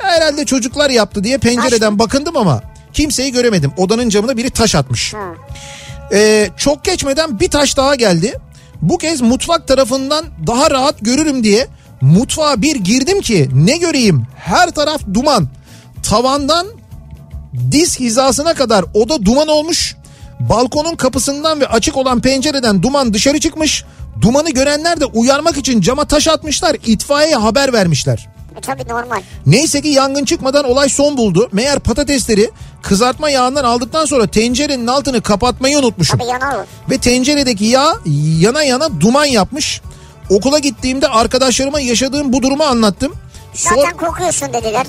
S2: Ya Herhalde çocuklar yaptı diye pencereden bakındım ama kimseyi göremedim. Odanın camına biri taş atmış. Ee, çok geçmeden bir taş daha geldi. Bu kez mutfak tarafından daha rahat görürüm diye mutfağa bir girdim ki ne göreyim her taraf duman. Tavandan diz hizasına kadar oda duman olmuş. Balkonun kapısından ve açık olan pencereden duman dışarı çıkmış. Dumanı görenler de uyarmak için cama taş atmışlar, itfaiyeye haber vermişler.
S3: E, tabii normal.
S2: Neyse ki yangın çıkmadan olay son buldu. Meğer patatesleri kızartma yağından aldıktan sonra tencerenin altını kapatmayı unutmuşum.
S3: Tabii yanar o.
S2: Ve tenceredeki yağ yana yana duman yapmış. Okula gittiğimde arkadaşlarıma yaşadığım bu durumu anlattım. Sor-
S3: Zaten kokuyorsun dediler.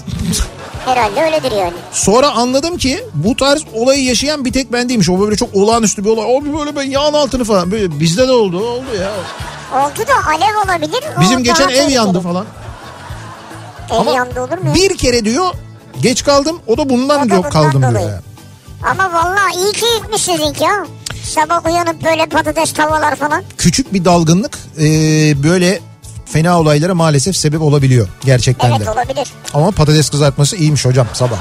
S3: Herhalde öyledir yani.
S2: Sonra anladım ki bu tarz olayı yaşayan bir tek ben değilmiş. O böyle çok olağanüstü bir olay. O bir böyle ben yağın altını falan. Böyle bizde de oldu. Oldu ya.
S3: Oldu da alev olabilir. o
S2: Bizim
S3: daha
S2: geçen ev
S3: tehlikeli.
S2: yandı falan.
S3: Ev yandı olur mu? ya?
S2: bir kere diyor geç kaldım. O da bundan
S3: O da
S2: diyor
S3: bundan
S2: kaldım diyor.
S3: dolayı.
S2: ya.
S3: Ama vallahi iyi ki gitmişsiniz ya. Sabah uyanıp böyle patates tavalar falan.
S2: Küçük bir dalgınlık e, böyle fena olaylara maalesef sebep olabiliyor gerçekten
S3: Evet
S2: de.
S3: olabilir.
S2: Ama patates kızartması iyiymiş hocam sabah.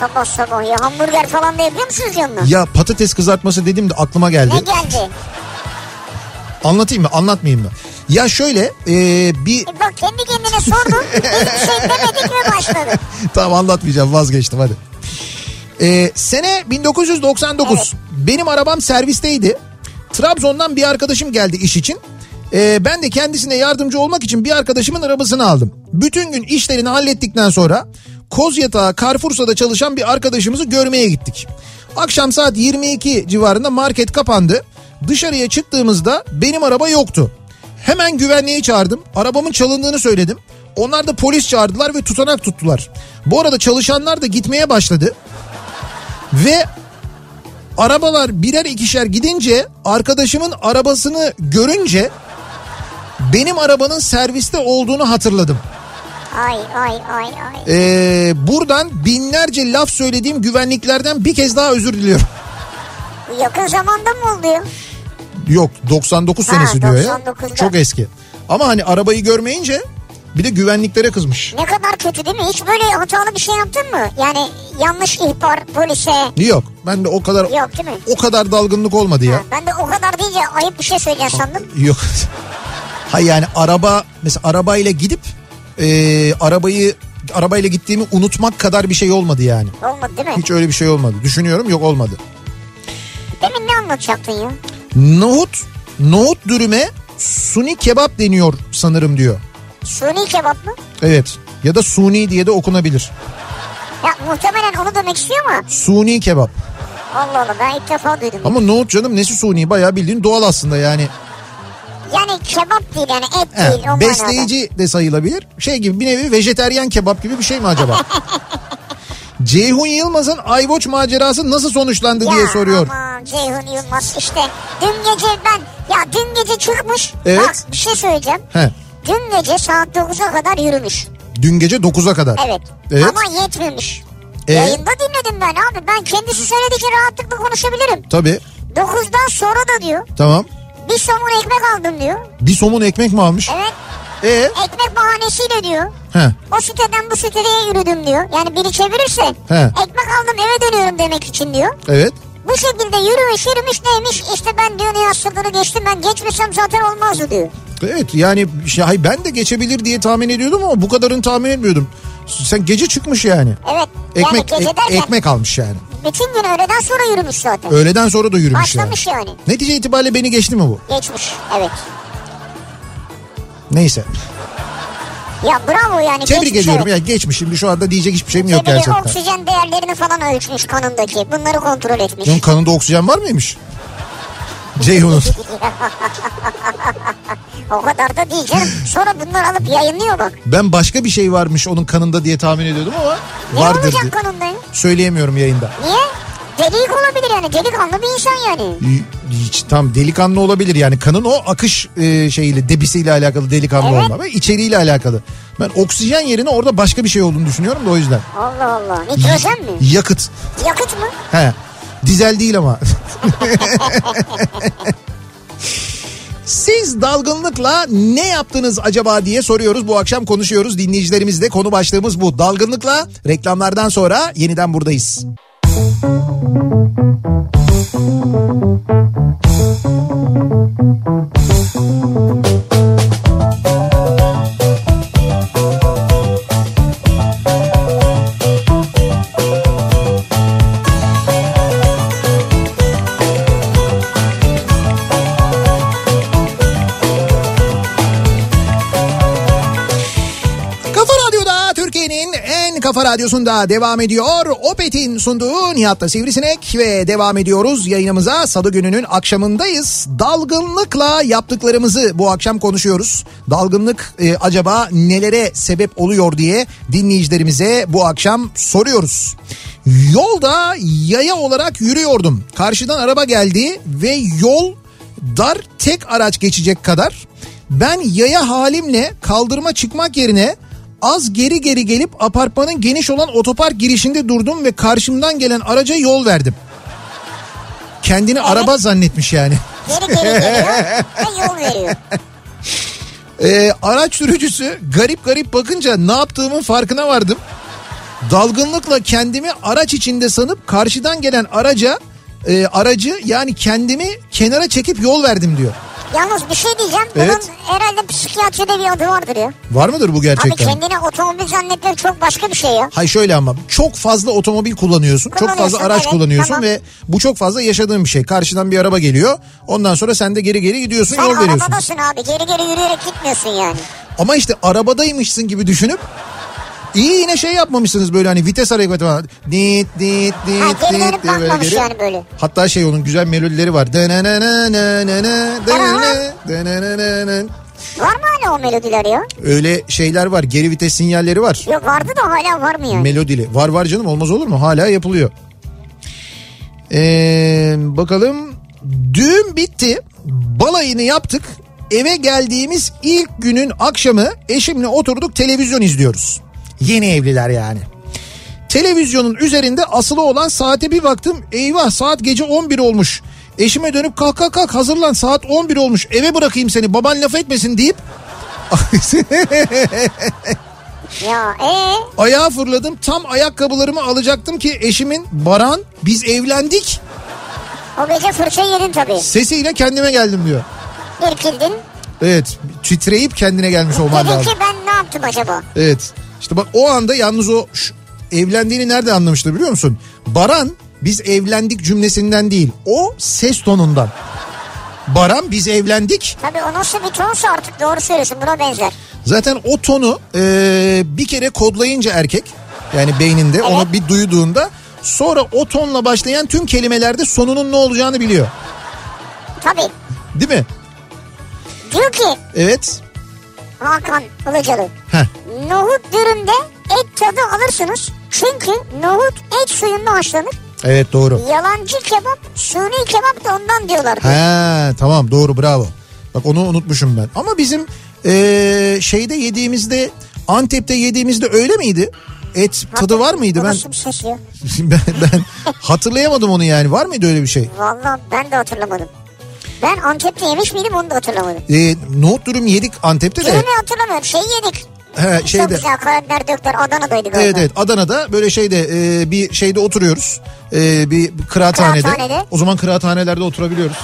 S3: Sabah sabah ya hamburger falan da yapıyor musunuz yanına?
S2: Ya patates kızartması dediğimde aklıma geldi.
S3: Ne geldi?
S2: Anlatayım mı anlatmayayım mı? Ya şöyle e, bir
S3: E bak kendi kendine sordun. Hiçbir şey demedik mi başladı?
S2: tamam anlatmayacağım vazgeçtim hadi. Ee, sene 1999. Benim arabam servisteydi. Trabzon'dan bir arkadaşım geldi iş için. Ee, ben de kendisine yardımcı olmak için bir arkadaşımın arabasını aldım. Bütün gün işlerini hallettikten sonra Kozyatağı Carrefour'da çalışan bir arkadaşımızı görmeye gittik. Akşam saat 22 civarında market kapandı. Dışarıya çıktığımızda benim araba yoktu. Hemen güvenliği çağırdım. Arabamın çalındığını söyledim. Onlar da polis çağırdılar ve tutanak tuttular. Bu arada çalışanlar da gitmeye başladı. Ve arabalar birer ikişer gidince arkadaşımın arabasını görünce benim arabanın serviste olduğunu hatırladım.
S3: Ay ay ay ay.
S2: Ee, buradan binlerce laf söylediğim güvenliklerden bir kez daha özür diliyorum.
S3: Bu yakın zamanda mı oldu ya?
S2: Yok 99
S3: Ha,
S2: senesi diyor ya.
S3: 99'da.
S2: Çok eski. Ama hani arabayı görmeyince bir de güvenliklere kızmış.
S3: Ne kadar kötü değil mi? Hiç böyle hatalı bir şey yaptın mı? Yani yanlış ihbar polise.
S2: Yok. Ben de o kadar
S3: Yok değil mi?
S2: o kadar dalgınlık olmadı ya.
S3: Ha, Ben de o kadar deyince ayıp bir şey söyleyeceğim sandım.
S2: Yok. Ha yani araba mesela arabayla gidip e, arabayı arabayla gittiğimi unutmak kadar bir şey olmadı yani.
S3: Olmadı değil mi?
S2: Hiç öyle bir şey olmadı. Düşünüyorum yok olmadı.
S3: Demin ne anlatacaktın ya?
S2: Nohut nohut dürüme suni kebap deniyor sanırım diyor.
S3: Suni kebap mı?
S2: Evet. Ya da suni diye de okunabilir.
S3: Ya muhtemelen onu demek istiyor ama.
S2: Suni kebap.
S3: Allah Allah ben ilk defa duydum.
S2: Ama nohut canım nesi suni bayağı bildiğin doğal aslında yani.
S3: Yani kebap değil yani et
S2: He,
S3: değil o manada.
S2: besleyici de sayılabilir. Şey gibi bir nevi vejeteryan kebap gibi bir şey mi acaba? Ceyhun Yılmaz'ın iWatch macerası nasıl sonuçlandı diye
S3: Ya
S2: soruyor.
S3: Aman Ceyhun Yılmaz işte dün gece ben ya dün gece çıkmış.
S2: Evet.
S3: Bak bir şey söyleyeceğim.
S2: He,
S3: Dün gece saat 9'a kadar yürümüş.
S2: dün gece 9'a kadar.
S3: Evet.
S2: Evet.
S3: Ama yetmemiş.
S2: Ee?
S3: Yayında dinledim ben abi. Ben kendisi söyledi ki rahatlıkla konuşabilirim.
S2: Tabii.
S3: 9'dan sonra da diyor.
S2: Tamam.
S3: Bir somun ekmek aldım diyor.
S2: Bir somun ekmek mi almış?
S3: Evet.
S2: E,
S3: Ekmek bahanesiyle diyor.
S2: he.
S3: O siteden bu siteye yürüdüm diyor. Yani biri çevirirse
S2: He.
S3: ekmek aldım eve dönüyorum demek için diyor.
S2: Evet.
S3: Bu şekilde yürümüş yürümüş neymiş işte ben diyor Nihat Sırdar'ı geçtim ben geçmesem zaten olmazdı diyor.
S2: Evet yani şey, hayır, ben de geçebilir diye tahmin ediyordum ama bu kadarını tahmin etmiyordum. Sen gece çıkmış yani.
S3: Evet yani
S2: Ekmek
S3: gece
S2: ek-
S3: derken
S2: ekmek almış yani.
S3: bütün gün öğleden sonra yürümüş zaten.
S2: Öğleden sonra da yürümüş
S3: Başlamış
S2: yani.
S3: yani.
S2: Netice itibariyle beni geçti mi bu?
S3: Geçmiş evet.
S2: Neyse.
S3: Ya bravo yani.
S2: Tebrik
S3: geçmiş
S2: ediyorum.
S3: evet.
S2: Ya geçmiş şimdi şu anda diyecek hiçbir şeyim yok
S3: Tebrik ediyorum.
S2: gerçekten.
S3: oksijen değerlerini falan ölçmüş kanındaki. Bunları kontrol etmiş.
S2: Bunun kanında oksijen var mıymış? Ceyhun'un.
S3: o kadar da değil canım. Sonra bunları alıp yayınlıyor bak.
S2: Ben başka bir şey varmış onun kanında diye tahmin ediyordum ama
S3: Ne
S2: vardır
S3: olacak
S2: diye.
S3: kanında ya?
S2: Söyleyemiyorum yayında.
S3: Niye? Delik olabilir yani. Delikanlı bir insan yani.
S2: Hiç, tam delikanlı olabilir yani kanın o akış e, şeyiyle debisiyle alakalı delikanlı
S3: Evet.
S2: olma ve içeriğiyle alakalı. Ben oksijen yerine orada başka bir şey olduğunu düşünüyorum da o yüzden.
S3: Allah Allah. Nitrojen mi?
S2: Yakıt.
S3: Yakıt mı?
S2: He. Dizel değil ama. Siz dalgınlıkla ne yaptınız acaba diye soruyoruz. Bu akşam konuşuyoruz dinleyicilerimizle. Konu başlığımız bu. Dalgınlıkla reklamlardan sonra yeniden buradayız. Kafa Radyo'da Türkiye'nin en kafa radyosunda devam ediyor. Opet'in sunduğu Nihat'la Sivrisinek ve devam ediyoruz yayınımıza. Salı gününün akşamındayız. Dalgınlıkla yaptıklarımızı bu akşam konuşuyoruz. Dalgınlık e, acaba nelere sebep oluyor diye dinleyicilerimize bu akşam soruyoruz. Yolda yaya olarak yürüyordum. Karşıdan araba geldi ve yol dar tek araç geçecek kadar ben yaya halimle kaldırıma çıkmak yerine az geri geri gelip apartmanın geniş olan otopark girişinde durdum ve karşımdan gelen araca yol verdim. Kendini araba zannetmiş yani.
S3: Geri geri geliyor ve yol veriyor.
S2: Ee, araç sürücüsü garip garip bakınca ne yaptığımın farkına vardım. Dalgınlıkla kendimi araç içinde sanıp karşıdan gelen araca e, aracı yani kendimi kenara çekip yol verdim diyor.
S3: Yalnız bir şey diyeceğim. Bunun
S2: Evet.
S3: herhalde psikiyatride bir adı vardır ya.
S2: Var mıdır bu
S3: Abi
S2: gerçekten?
S3: kendini otomobil zannetmek çok başka bir şey ya.
S2: Hay şöyle ama çok fazla otomobil kullanıyorsun. Çok
S3: Kullanıyorsun,
S2: fazla araç
S3: evet,
S2: kullanıyorsun
S3: tamam.
S2: ve bu çok fazla yaşadığın bir şey. Karşıdan bir araba geliyor. Ondan sonra sen de geri geri gidiyorsun,
S3: Sen
S2: yol veriyorsun.
S3: arabadasın abi. Geri geri yürüyerek gitmiyorsun yani.
S2: Ama işte arabadaymışsın gibi düşünüp iyi yine şey yapmamışsınız böyle hani vites hareketi var. Dit dit dit
S3: Ha, geri
S2: dit
S3: dönüp
S2: diye böyle
S3: bakmamış
S2: geri.
S3: yani böyle.
S2: Hatta şey onun güzel melodileri var. Dınananananana, dınanana, dınananana.
S3: Var mı hala o melodiler ya?
S2: Öyle şeyler var. Geri vites sinyalleri var.
S3: Yok vardı da hala var mı yani?
S2: Melodili. Var var canım olmaz olur mu? Hala yapılıyor. Ee, bakalım. Düğün bitti. Balayını yaptık. Eve geldiğimiz ilk günün akşamı eşimle oturduk televizyon izliyoruz. Yeni evliler yani. Televizyonun üzerinde asılı olan saate bir baktım. Eyvah saat gece 11 olmuş. Eşime dönüp kalk kalk kalk hazırlan saat 11 olmuş. Eve bırakayım seni baban laf etmesin deyip
S3: Ya ee?
S2: Ayağa fırladım tam ayakkabılarımı alacaktım ki eşimin Baran biz evlendik
S3: O gece fırça yedin tabii.
S2: sesiyle kendime geldim diyor.
S3: İrkildin.
S2: Evet titreyip kendine gelmiş olman
S3: Dedin
S2: lazım.
S3: ki ben ne yaptım acaba?
S2: Evet işte bak o anda yalnız o şu- evlendiğini nerede anlamıştı biliyor musun? Baran biz evlendik cümlesinden değil o ses tonundan. Baran biz evlendik
S3: Tabii o nasıl bir tonsa artık doğru söylüyorsun buna benzer.
S2: Zaten o tonu eee, bir kere kodlayınca erkek yani beyninde onu bir duyduğunda sonra o tonla başlayan tüm kelimelerde sonunun ne olacağını biliyor.
S3: Tabii.
S2: Değil mi?
S3: Diyor ki
S2: Evet.
S3: Hakan Ilıcalı.
S2: Heh.
S3: Nohut dürümde et tadı alırsınız. Çünkü nohut et suyunda haşlanır.
S2: Evet doğru.
S3: Yalancı kebap, suni kebap da ondan diyorlar.
S2: Ha tamam doğru bravo. Bak onu unutmuşum ben. Ama bizim eee, şeyde yediğimizde Antep'te yediğimizde öyle miydi? Et tadı var mıydı?
S3: Bu
S2: Ben,
S3: nasıl bir ses ya?
S2: ben ben hatırlayamadım onu yani. Var mıydı öyle bir şey?
S3: Valla ben de hatırlamadım. Ben Antep'te yemiş miydim onu da hatırlamadım.
S2: Eee E, nohut dürüm yedik Antep'te de.
S3: Dürümü hatırlamıyorum. Şey yedik.
S2: He,
S3: Çok
S2: şeyde.
S3: güzel karabiber döktüler. Adana'daydı galiba.
S2: Evet evet Adana'da böyle şeyde e, bir şeyde oturuyoruz. E, bir kıraathanede.
S3: Kıraathanede.
S2: O zaman kıraathanelerde oturabiliyoruz.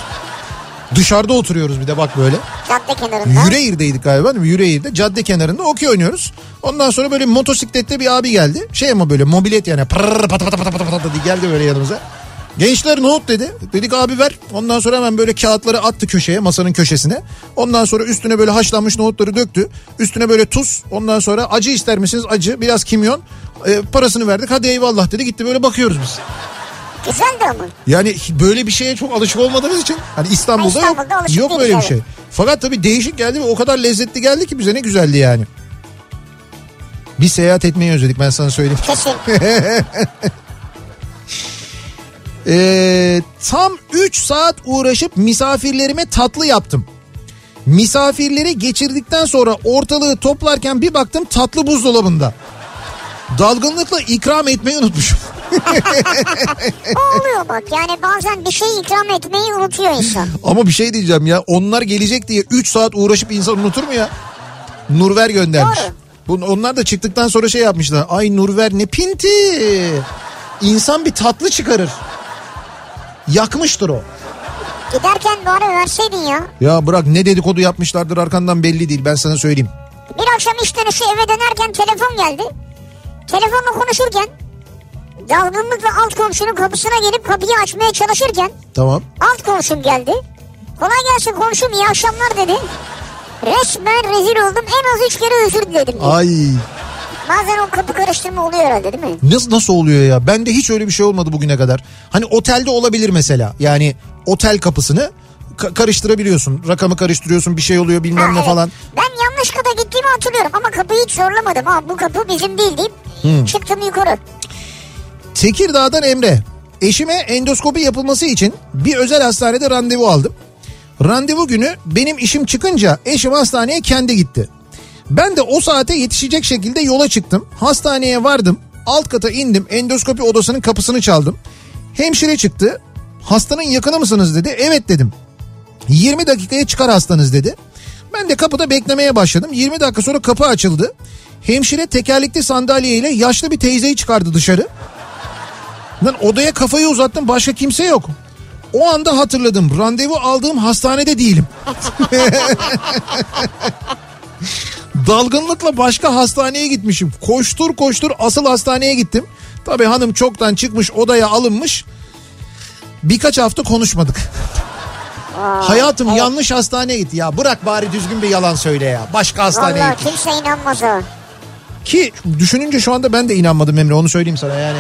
S2: Dışarıda oturuyoruz bir de bak böyle.
S3: Cadde kenarında.
S2: Yüreğir'deydik galiba değil mi? Yüreğir'de cadde kenarında okey oynuyoruz. Ondan sonra böyle motosiklette bir abi geldi. Şey ama böyle mobilet yani. Pırr, pat pat pat pat pat pat diye geldi böyle yanımıza. Gençler nohut dedi. Dedik abi ver. Ondan sonra hemen böyle kağıtları attı köşeye masanın köşesine. Ondan sonra üstüne böyle haşlanmış nohutları döktü. Üstüne böyle tuz. Ondan sonra acı ister misiniz? Acı. Biraz kimyon. E, parasını verdik. Hadi eyvallah dedi. Gitti böyle bakıyoruz biz.
S3: Güzeldi ama.
S2: Yani böyle bir şeye çok alışık olmadığımız için hani İstanbul'da,
S3: İstanbul'da
S2: yok,
S3: alışık
S2: yok
S3: değiliz,
S2: böyle bir
S3: evet.
S2: şey. Fakat tabii değişik geldi ve o kadar lezzetli geldi ki bize ne güzeldi yani. Bir seyahat etmeyi özledik ben sana söyleyeyim.
S3: Kesin.
S2: Ee, tam 3 saat uğraşıp misafirlerime tatlı yaptım. Misafirleri geçirdikten sonra ortalığı toplarken bir baktım tatlı buzdolabında. Dalgınlıkla ikram etmeyi unutmuşum.
S3: O oluyor bak yani bazen bir şey ikram etmeyi unutuyor insan.
S2: Ama bir şey diyeceğim ya onlar gelecek diye 3 saat uğraşıp insan unutur mu ya? Nurver göndermiş.
S3: Doğru.
S2: Bun, onlar da çıktıktan sonra şey yapmışlar. Ay Nurver ne pinti. İnsan bir tatlı çıkarır. Yakmıştır o.
S3: Giderken bari verseydin ya.
S2: Ya bırak ne dedikodu yapmışlardır arkandan belli değil ben sana söyleyeyim.
S3: Bir akşam iş dönüşü eve dönerken telefon geldi. Telefonla konuşurken dalgınlıkla alt komşunun kapısına gelip kapıyı açmaya çalışırken
S2: Tamam.
S3: alt komşum geldi. Kolay gelsin komşum iyi akşamlar dedi. Resmen rezil oldum en az üç kere özür diledim. diyor.
S2: Ay
S3: Bazen o kapı karıştırma oluyor herhalde değil mi?
S2: nasıl nasıl oluyor ya? Bende hiç öyle bir şey olmadı bugüne kadar. Hani otelde olabilir mesela. Yani otel kapısını ka- karıştırabiliyorsun. Rakamı karıştırıyorsun bir şey oluyor
S3: Ha,
S2: bilmem ne
S3: evet.
S2: falan.
S3: Ben yanlış kata gittiğimi hatırlıyorum ama kapıyı hiç zorlamadım. Ha, bu kapı bizim değil deyip
S2: Hmm.
S3: çıktım yukarı.
S2: Tekirdağ'dan Emre. Eşime endoskopi yapılması için bir özel hastanede randevu aldım. Randevu günü benim işim çıkınca eşim hastaneye kendi gitti. Ben de o saate yetişecek şekilde yola çıktım. Hastaneye vardım. Alt kata indim. Endoskopi odasının kapısını çaldım. Hemşire çıktı. Hastanın yakını mısınız dedi. Evet dedim. 20 dakikaya çıkar hastanız dedi. Ben de kapıda beklemeye başladım. 20 dakika sonra kapı açıldı. Hemşire tekerlekli sandalyeyle yaşlı bir teyzeyi çıkardı dışarı. Lan odaya kafayı uzattım başka kimse yok. O anda hatırladım randevu aldığım hastanede değilim. Dalgınlıkla başka hastaneye gitmişim. Koştur koştur asıl hastaneye gittim. Tabii hanım çoktan çıkmış odaya alınmış. Birkaç hafta konuşmadık. Hayatım yanlış hastaneye gitti ya. Bırak bari düzgün bir yalan söyle ya. Başka hastaneye
S3: Vallahi
S2: gitti.
S3: kimse inanmaz o.
S2: Ki düşününce şu anda ben de inanmadım Emre onu söyleyeyim sana yani.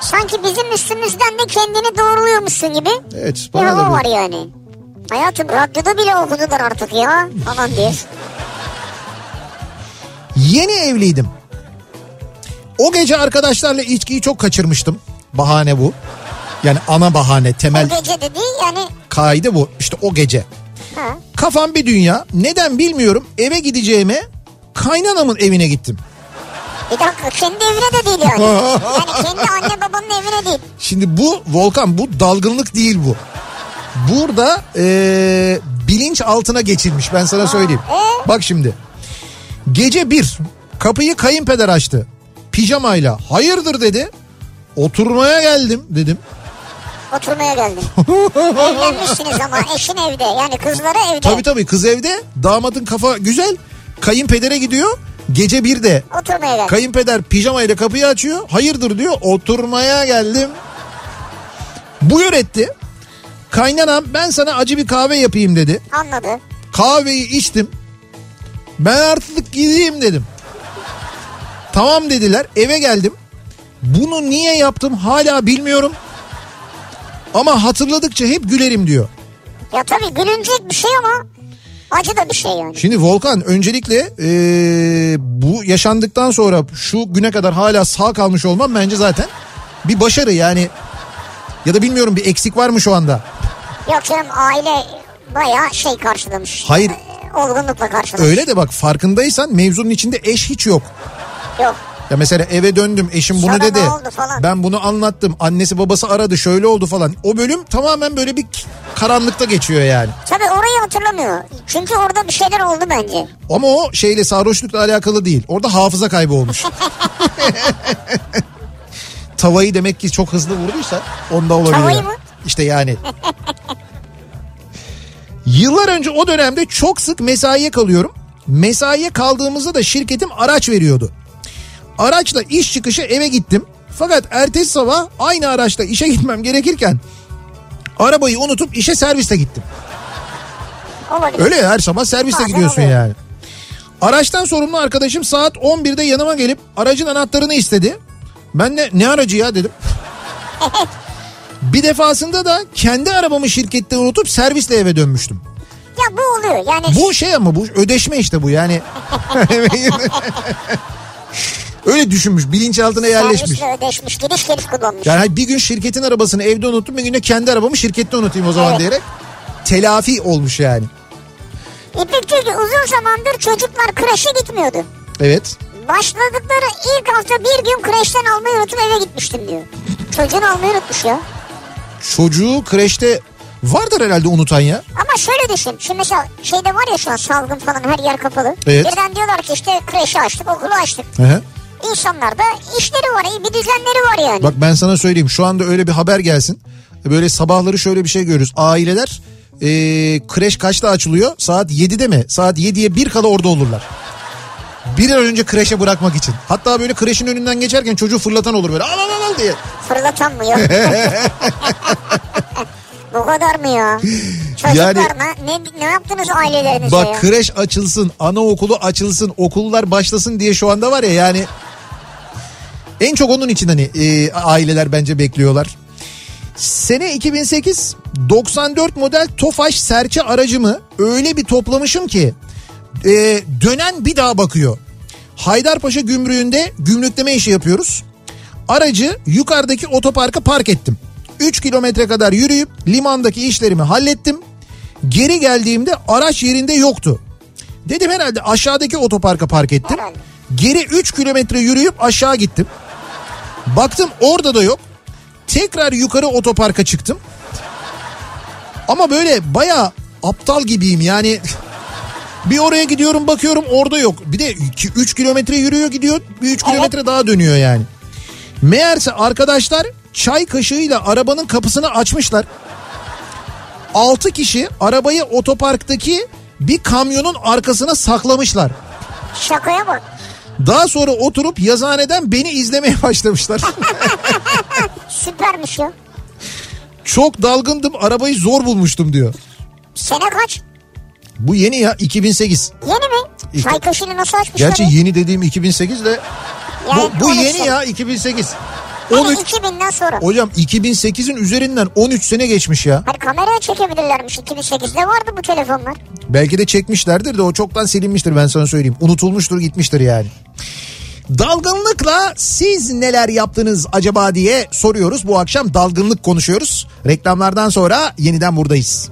S3: Sanki bizim üstümüzden de kendini doğruluyormuşsun gibi.
S2: Evet
S3: Bir
S2: bana da
S3: hava
S2: bu-
S3: var yani. Hayatım radyoda bile okudular artık ya falan diye.
S2: Yeni evliydim. O gece arkadaşlarla içkiyi çok kaçırmıştım. Bahane bu. Yani ana bahane, temel
S3: O gece de değil yani.
S2: kaide bu. İşte o gece.
S3: Ha.
S2: Kafam bir dünya. Neden bilmiyorum. Eve gideceğime kaynanamın evine gittim.
S3: Bir dakika kendi evine de değil yani. yani kendi anne babanın evine değil.
S2: Şimdi bu Volkan bu dalgınlık değil bu. Burada eee, bilinç altına geçilmiş ben sana söyleyeyim.
S3: e?
S2: Bak şimdi. Gece bir kapıyı kayınpeder açtı. Pijamayla hayırdır dedi. Oturmaya geldim dedim.
S3: Oturmaya geldim. Evlenmişsiniz ama eşin evde. Yani kızları evde.
S2: Tabii tabii kız evde damadın kafa güzel. Kayınpedere gidiyor. Gece bir de
S3: Oturmaya geldim.
S2: Kayınpeder pijamayla kapıyı açıyor. Hayırdır diyor. Oturmaya geldim. Buyur etti. Kaynanam ben sana acı bir kahve yapayım dedi.
S3: Anladı.
S2: Kahveyi içtim. Ben artık gideyim dedim. Tamam dediler. Eve geldim. Bunu niye yaptım hala bilmiyorum. Ama hatırladıkça hep gülerim diyor.
S3: Ya tabii gülünecek bir şey ama acı da bir şey yani.
S2: Şimdi Volkan öncelikle eee, bu yaşandıktan sonra şu güne kadar hala sağ kalmış olmam bence zaten bir başarı yani. Ya da bilmiyorum bir eksik var mı şu anda?
S3: Yok canım aile bayağı şey karşılamış.
S2: Hayır.
S3: Ee, Olgunlukla karşılamış.
S2: Öyle de bak farkındaysan mevzunun içinde eş hiç yok.
S3: Yok.
S2: Ya mesela eve döndüm eşim bunu
S3: Sana ne
S2: dedi.
S3: oldu falan?
S2: Ben bunu anlattım. Annesi babası aradı şöyle oldu falan. O bölüm tamamen böyle bir karanlıkta geçiyor yani.
S3: Tabii orayı hatırlamıyor. Çünkü orada bir şeyler oldu bence.
S2: Ama o şeyle sarhoşlukla alakalı değil. Orada hafıza kaybı olmuş. Tavayı demek ki çok hızlı vurduysa onda olabilir.
S3: Tavayı mı?
S2: İşte yani. Yıllar önce o dönemde çok sık mesaiye kalıyorum. Mesaiye kaldığımızda da şirketim araç veriyordu. Araçla iş çıkışı eve gittim. Fakat ertesi sabah aynı araçta işe gitmem gerekirken arabayı unutup işe serviste gittim.
S3: Olabilir.
S2: Öyle ya her sabah serviste
S3: Bazen
S2: gidiyorsun
S3: oluyor.
S2: yani. Araçtan sorumlu arkadaşım saat 11'de yanıma gelip aracın anahtarını istedi. Ben de ne aracı ya dedim. Bir defasında da kendi arabamı şirkette unutup servisle eve dönmüştüm.
S3: Ya bu oluyor yani.
S2: Bu şey ama bu ödeşme işte bu yani. Öyle düşünmüş bilinçaltına yerleşmiş.
S3: Servisle ödeşmiş. Gidiş geliş kullanmış.
S2: Yani bir gün şirketin arabasını evde unuttum bir gün de kendi arabamı şirkette unutayım o zaman
S3: Evet.
S2: diyerek telafi olmuş yani.
S3: İpek diyor ki uzun zamandır çocuklar kreşe gitmiyordu.
S2: Evet.
S3: Başladıkları ilk hafta bir gün kreşten almayı unutup eve gitmiştim diyor. Çocuğunu almayı unutmuş ya.
S2: Çocuğu kreşte vardır herhalde unutan ya.
S3: Ama şöyle düşün. Şimdi mesela şeyde var ya şu an salgın falan her yer kapalı.
S2: Evet.
S3: Birden diyorlar ki işte kreşi açtık, okulu açtık.
S2: Hı hı.
S3: İnsanlarda işleri var, iyi bir düzenleri var yani.
S2: Bak ben sana söyleyeyim şu anda öyle bir haber gelsin. Böyle sabahları şöyle bir şey görürüz. Aileler e, kreş kaçta açılıyor? Saat 7'de mi? Saat 7'ye bir kala orada olurlar. Bir an önce kreşe bırakmak için. Hatta böyle kreşin önünden geçerken çocuğu fırlatan olur böyle al al al, al diye.
S3: Fırlatan mı ya? Bu kadar mı ya? Çocuklarına ne, ne yaptınız ailelerinize ya?
S2: Bak kreş açılsın, anaokulu açılsın, okullar başlasın diye şu anda var ya yani. En çok onun için hani e, aileler bence bekliyorlar. Sene 2008 94 model Tofaş serçe aracımı öyle bir toplamışım ki e, dönen bir daha bakıyor. Haydarpaşa gümrüğünde gümrükleme işi yapıyoruz. Aracı yukarıdaki otoparka park ettim. 3 kilometre kadar yürüyüp limandaki işlerimi hallettim. Geri geldiğimde araç yerinde yoktu. Dedim herhalde aşağıdaki otoparka park ettim.
S3: Herhalde.
S2: Geri 3 kilometre yürüyüp aşağı gittim. Baktım orada da yok. Tekrar yukarı otoparka çıktım. Ama böyle baya aptal gibiyim yani. Bir oraya gidiyorum bakıyorum orada yok. Bir de 3 kilometre yürüyor gidiyor. Bir 3 kilometre daha dönüyor yani. Meğerse arkadaşlar çay kaşığıyla arabanın kapısını açmışlar. 6 kişi arabayı otoparktaki bir kamyonun arkasına saklamışlar.
S3: Şakaya bak.
S2: Daha sonra oturup yazıhaneden beni izlemeye başlamışlar.
S3: Süpermiş ya.
S2: Çok dalgındım arabayı zor bulmuştum diyor.
S3: Sene kaç?
S2: Bu yeni ya 2008.
S3: Yeni mi?
S2: İlk-
S3: Çay kaşığını nasıl açmışlar?
S2: Gerçi
S3: ya?
S2: yeni dediğim 2008 de
S3: Yani
S2: bu, bu
S3: 13
S2: yeni
S3: sene.
S2: ya 2008.
S3: Hani
S2: 13
S3: 2000'den sonra.
S2: hocam 2008'in üzerinden 13 sene geçmiş ya.
S3: Hani kameraya çekebilirlermiş 2008'de vardı bu telefonlar.
S2: Belki de çekmişlerdir de o çoktan silinmiştir ben sana söyleyeyim. Unutulmuştur gitmiştir yani. Dalgınlıkla siz neler yaptınız acaba diye soruyoruz. Bu akşam dalgınlık konuşuyoruz. Reklamlardan sonra yeniden buradayız.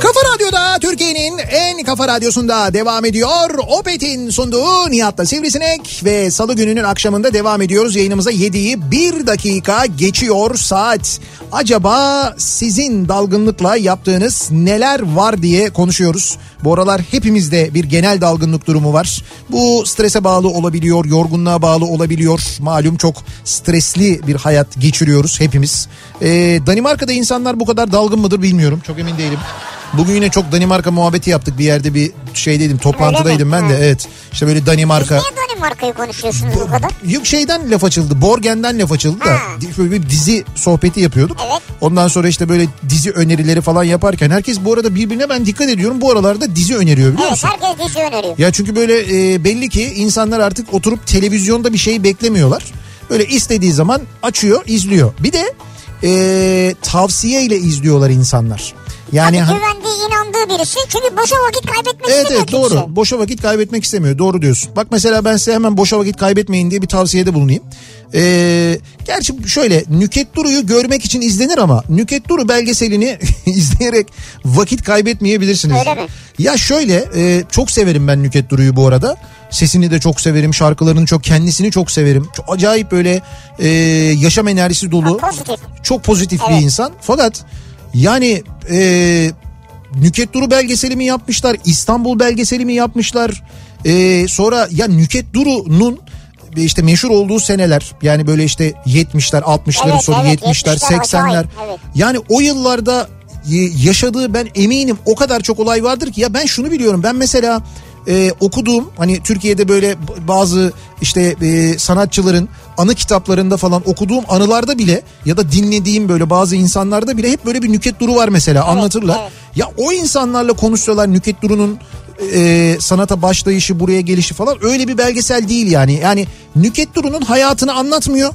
S2: Kafa Radyo'da Türkiye'nin en kafa radyosunda devam ediyor. Opet'in sunduğu Nihat'la Sivrisinek ve Salı gününün akşamında devam ediyoruz. Yayınımıza 7'yi bir dakika geçiyor saat. Acaba sizin dalgınlıkla yaptığınız neler var diye konuşuyoruz. Bu aralar hepimizde bir genel dalgınlık durumu var. Bu strese bağlı olabiliyor, yorgunluğa bağlı olabiliyor. Malum çok stresli bir hayat geçiriyoruz hepimiz. Ee, Danimarka'da insanlar bu kadar dalgın mıdır bilmiyorum. Çok emin değilim. Bugün yine çok Danimarka muhabbeti yaptık. Bir yerde bir şeydeydim, toplantıdaydım ben de.
S3: Ha.
S2: Evet. İşte böyle
S3: Siz
S2: Danimarka.
S3: niye Danimarka'yı konuşuyorsunuz bu kadar?
S2: Yok şeyden laf açıldı. Borgen'den laf açıldı da.
S3: Ha.
S2: Böyle bir dizi sohbeti yapıyorduk.
S3: Evet.
S2: Ondan sonra işte böyle dizi önerileri falan yaparken herkes bu arada birbirine ben dikkat ediyorum. Bu aralarda dizi öneriyor biliyor
S3: Evet
S2: musun?
S3: herkes dizi öneriyor.
S2: Ya çünkü böyle e, belli ki insanlar artık oturup televizyonda bir şey beklemiyorlar. Böyle istediği zaman açıyor, izliyor. Bir de e, tavsiye ile izliyorlar insanlar. Yani
S3: Hani
S2: hani-
S3: güvendiği, inandığı tanımadığı birisi. Çünkü boşa vakit kaybetmek
S2: Evet
S3: istemiyor
S2: evet doğru.
S3: kimse.
S2: Boşa vakit kaybetmek istemiyor. Doğru diyorsun. Bak mesela ben size hemen boşa vakit kaybetmeyin diye bir tavsiyede bulunayım. Ee, gerçi şöyle Nüket Duru'yu görmek için izlenir ama Nüket Duru belgeselini izleyerek vakit kaybetmeyebilirsiniz.
S3: Öyle mi?
S2: Ya şöyle e, çok severim ben Nüket Duru'yu bu arada. Sesini de çok severim, şarkılarını çok, kendisini çok severim. Çok acayip böyle e, yaşam enerjisi dolu.
S3: Ha, pozitif.
S2: Çok pozitif
S3: Evet.
S2: bir insan. Fakat yani e, Nüket Duru belgeseli mi yapmışlar? İstanbul belgeseli mi yapmışlar? Ee, sonra ya Nüket Duru'nun işte meşhur olduğu seneler yani böyle işte 70'ler 60'ların
S3: Evet,
S2: sonu
S3: evet,
S2: 70'ler
S3: 70'ler,
S2: 80'ler
S3: acayip, evet.
S2: yani o yıllarda e, yaşadığı ben eminim o kadar çok olay vardır ki ya ben şunu biliyorum ben mesela e, okuduğum hani Türkiye'de böyle b- bazı işte e, sanatçıların anı kitaplarında falan okuduğum anılarda bile ya da dinlediğim böyle bazı insanlarda bile hep böyle bir nüket duru var mesela anlatırlar.
S3: evet.
S2: Ya o insanlarla konuşsalar Nüket Duru'nun e, sanata başlayışı buraya gelişi falan öyle bir belgesel değil yani. Yani Nüket Duru'nun hayatını anlatmıyor.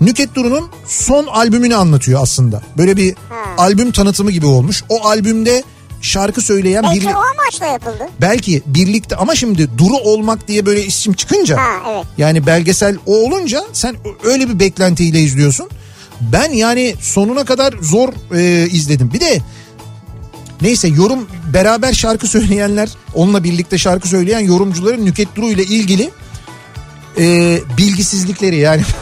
S2: Nüket Duru'nun son albümünü anlatıyor aslında. Böyle bir
S3: Hmm.
S2: albüm tanıtımı gibi olmuş. O albümde şarkı söyleyen
S3: Belki
S2: birli-
S3: o amaçla yapıldı.
S2: belki birlikte ama şimdi Duru olmak diye böyle isim çıkınca
S3: Ha, evet.
S2: yani belgesel o olunca sen öyle bir beklentiyle izliyorsun. Ben yani sonuna kadar zor e, izledim. Bir de neyse yorum beraber şarkı söyleyenler onunla birlikte şarkı söyleyen yorumcuların Nüket Duru ile ilgili e, bilgisizlikleri yani.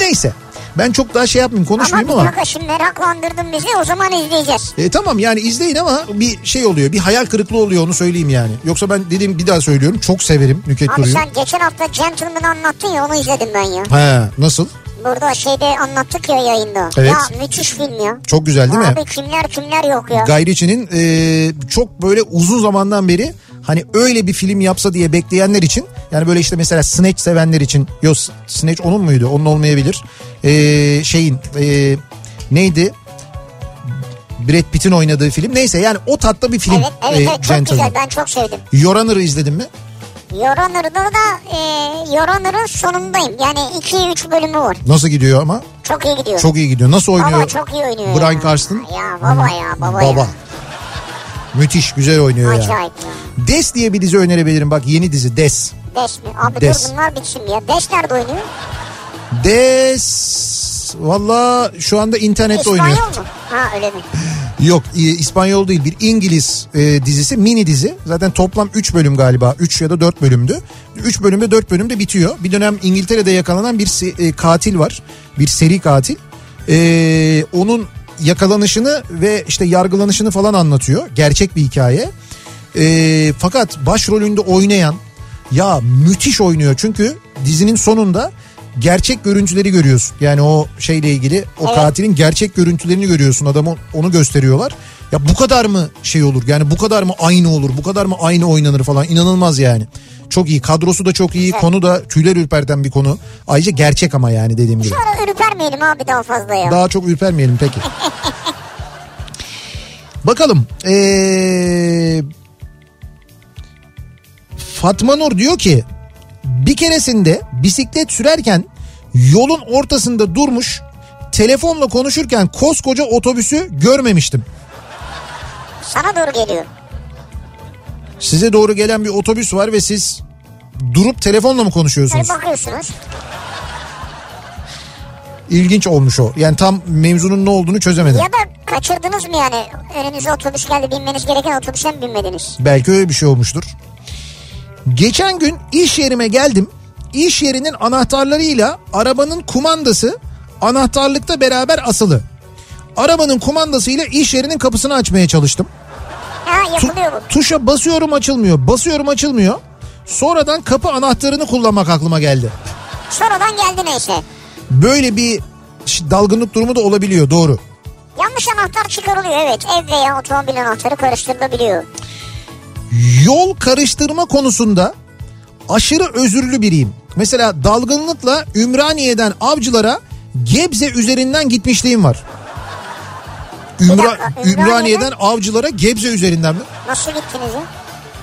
S2: neyse ben çok daha şey yapmayayım
S3: Ama bir
S2: konuşmayayım ama.
S3: dakika şimdi meraklandırdın bizi o zaman izleyeceğiz.
S2: E, tamam yani izleyin ama bir şey oluyor. Bir hayal kırıklığı oluyor onu söyleyeyim yani. Yoksa ben dediğim bir daha söylüyorum. Çok severim Nüket
S3: Abi
S2: Duru'yu.
S3: sen geçen hafta Gentleman'ı anlattın ya onu izledim ben ya.
S2: He, nasıl?
S3: Burada şeyde anlattık ya yayında.
S2: Evet.
S3: Ya müthiş film ya.
S2: Çok güzel değil mi?
S3: Abi kimler kimler yok ya.
S2: Guy Ritchie'nin e, çok böyle uzun zamandan beri hani öyle bir film yapsa diye bekleyenler için yani böyle işte mesela Snatch sevenler için yok Snatch onun muydu? Onun olmayabilir. E, şeyin e, neydi? Brad Pitt'in oynadığı film. Neyse yani o tatta bir film.
S3: evet evet,
S2: e,
S3: evet çok
S2: Gentleman.
S3: güzel ben çok sevdim.
S2: Yorunner'ı izledin mi?
S3: Yorunner'da da e, Yorunner'ın sonundayım. Yani 2-3 bölümü var.
S2: Nasıl gidiyor ama?
S3: Çok iyi gidiyor.
S2: Çok iyi gidiyor. Nasıl oynuyor?
S3: Baba çok iyi oynuyor.
S2: Brian
S3: ya.
S2: Carston.
S3: Ya baba ya baba,
S2: Baba. Müthiş güzel
S3: ya.
S2: oynuyor ya.
S3: Acayip ya.
S2: Des diye bir dizi önerebilirim. Bak yeni dizi Des.
S3: Beş mi? Abi
S2: Des.
S3: dur bunlar bitsin ya. Beş nerede oynuyor?
S2: Des valla şu anda internette oynuyor.
S3: İspanyol mu? Ha öyle mi?
S2: Yok e, İspanyol değil bir İngiliz e, dizisi mini dizi. Zaten toplam 3 bölüm galiba 3 ya da 4 bölümdü. 3 bölümde 4 bölümde bitiyor. Bir dönem İngiltere'de yakalanan bir se- e, katil var. Bir seri katil. E, onun yakalanışını ve işte yargılanışını falan anlatıyor. Gerçek bir hikaye. E, fakat başrolünde oynayan ya müthiş oynuyor. Çünkü dizinin sonunda gerçek görüntüleri görüyorsun. Yani o şeyle ilgili o
S3: Evet.
S2: katilin gerçek görüntülerini görüyorsun. Adamı onu gösteriyorlar. Ya bu kadar mı şey olur? Yani bu kadar mı aynı olur? Bu kadar mı aynı oynanır falan? İnanılmaz yani. Çok iyi. Kadrosu da çok iyi. Konu da tüyler ürperten bir konu. Ayrıca gerçek ama yani dediğim gibi.
S3: Şu ara ürpermeyelim abi daha fazla ya.
S2: Daha çok ürpermeyelim peki. Bakalım. Ee, Fatma Nur diyor ki bir keresinde bisiklet sürerken yolun ortasında durmuş telefonla konuşurken koskoca otobüsü görmemiştim.
S3: Sana doğru geliyor.
S2: Size doğru gelen bir otobüs var ve siz durup telefonla mı
S3: Böyle
S2: konuşuyorsunuz?
S3: bakıyorsunuz.
S2: İlginç olmuş o. Yani tam mevzunun ne olduğunu çözemedim.
S3: Ya da kaçırdınız mı yani? Önünüze otobüs geldi binmeniz gereken otobüse mi binmediniz?
S2: Belki öyle bir şey olmuştur. Geçen gün iş yerime geldim. İş yerinin anahtarlarıyla arabanın kumandası anahtarlıkta beraber asılı. Arabanın kumandasıyla iş yerinin kapısını açmaya çalıştım.
S3: Ha
S2: Tu-
S3: yapılıyor bu.
S2: tuşa basıyorum açılmıyor. Basıyorum açılmıyor. Sonradan kapı anahtarını kullanmak aklıma geldi.
S3: Sonradan geldi neyse.
S2: Böyle bir ş- dalgınlık durumu da olabiliyor doğru.
S3: Yanlış anahtar çıkarılıyor evet. Ev veya otomobil anahtarı karıştırılabiliyor.
S2: yol karıştırma konusunda aşırı özürlü biriyim. Mesela dalgınlıkla Ümraniye'den Avcılar'a Gebze üzerinden gitmişliğim var. Ümra-
S3: Bir dakika, Ümraniye'den-
S2: Ümraniye'den Avcılar'a Gebze üzerinden mi?
S3: Nasıl gittiniz ya?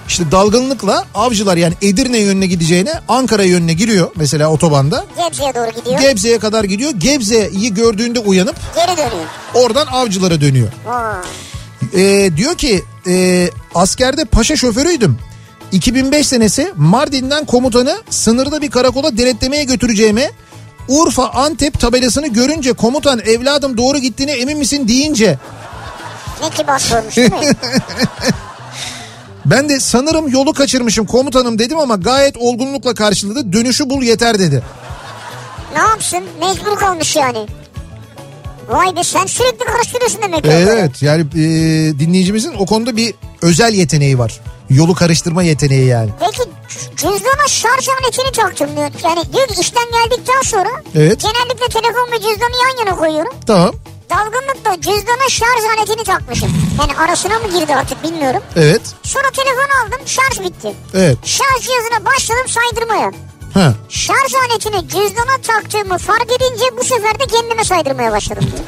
S2: İşte dalgınlıkla Avcılar yani Edirne yönüne gideceğine Ankara yönüne giriyor mesela otobanda.
S3: Gebze'ye doğru gidiyor.
S2: Gebze'ye kadar gidiyor. Gebze'yi gördüğünde uyanıp
S3: Geri dönüyor.
S2: oradan Avcılar'a dönüyor.
S3: Vay.
S2: Ee, diyor ki e, askerde paşa şoförüydüm. 2005 senesi Mardin'den komutanı sınırda bir karakola denetlemeye götüreceğime Urfa Antep tabelasını görünce komutan evladım doğru gittiğine emin misin deyince
S3: Ne kibar sormuş değil mi?
S2: ben de sanırım yolu kaçırmışım komutanım dedim ama gayet olgunlukla karşıladı dönüşü bul yeter dedi.
S3: ne yapsın? Mecbur kalmış yani. Vay be sen sürekli karıştırıyorsun demek ki.
S2: Evet yani e, dinleyicimizin o konuda bir özel yeteneği var. Yolu karıştırma yeteneği yani.
S3: Peki cüzdana şarj aletini taktım diyor. Yani diyor ki işten geldikten sonra
S2: Evet.
S3: genellikle telefon ve cüzdanı yan yana koyuyorum.
S2: Tamam
S3: Dalgınlıkla cüzdana şarj aletini takmışım. Yani arasına mı girdi artık bilmiyorum.
S2: evet
S3: Sonra telefonu aldım şarj bitti.
S2: evet.
S3: Şarj cihazına başladım saydırmaya.
S2: Ha.
S3: Şarj aletini cüzdana taktığımı fark edince bu sefer de kendime saydırmaya başladım diyor.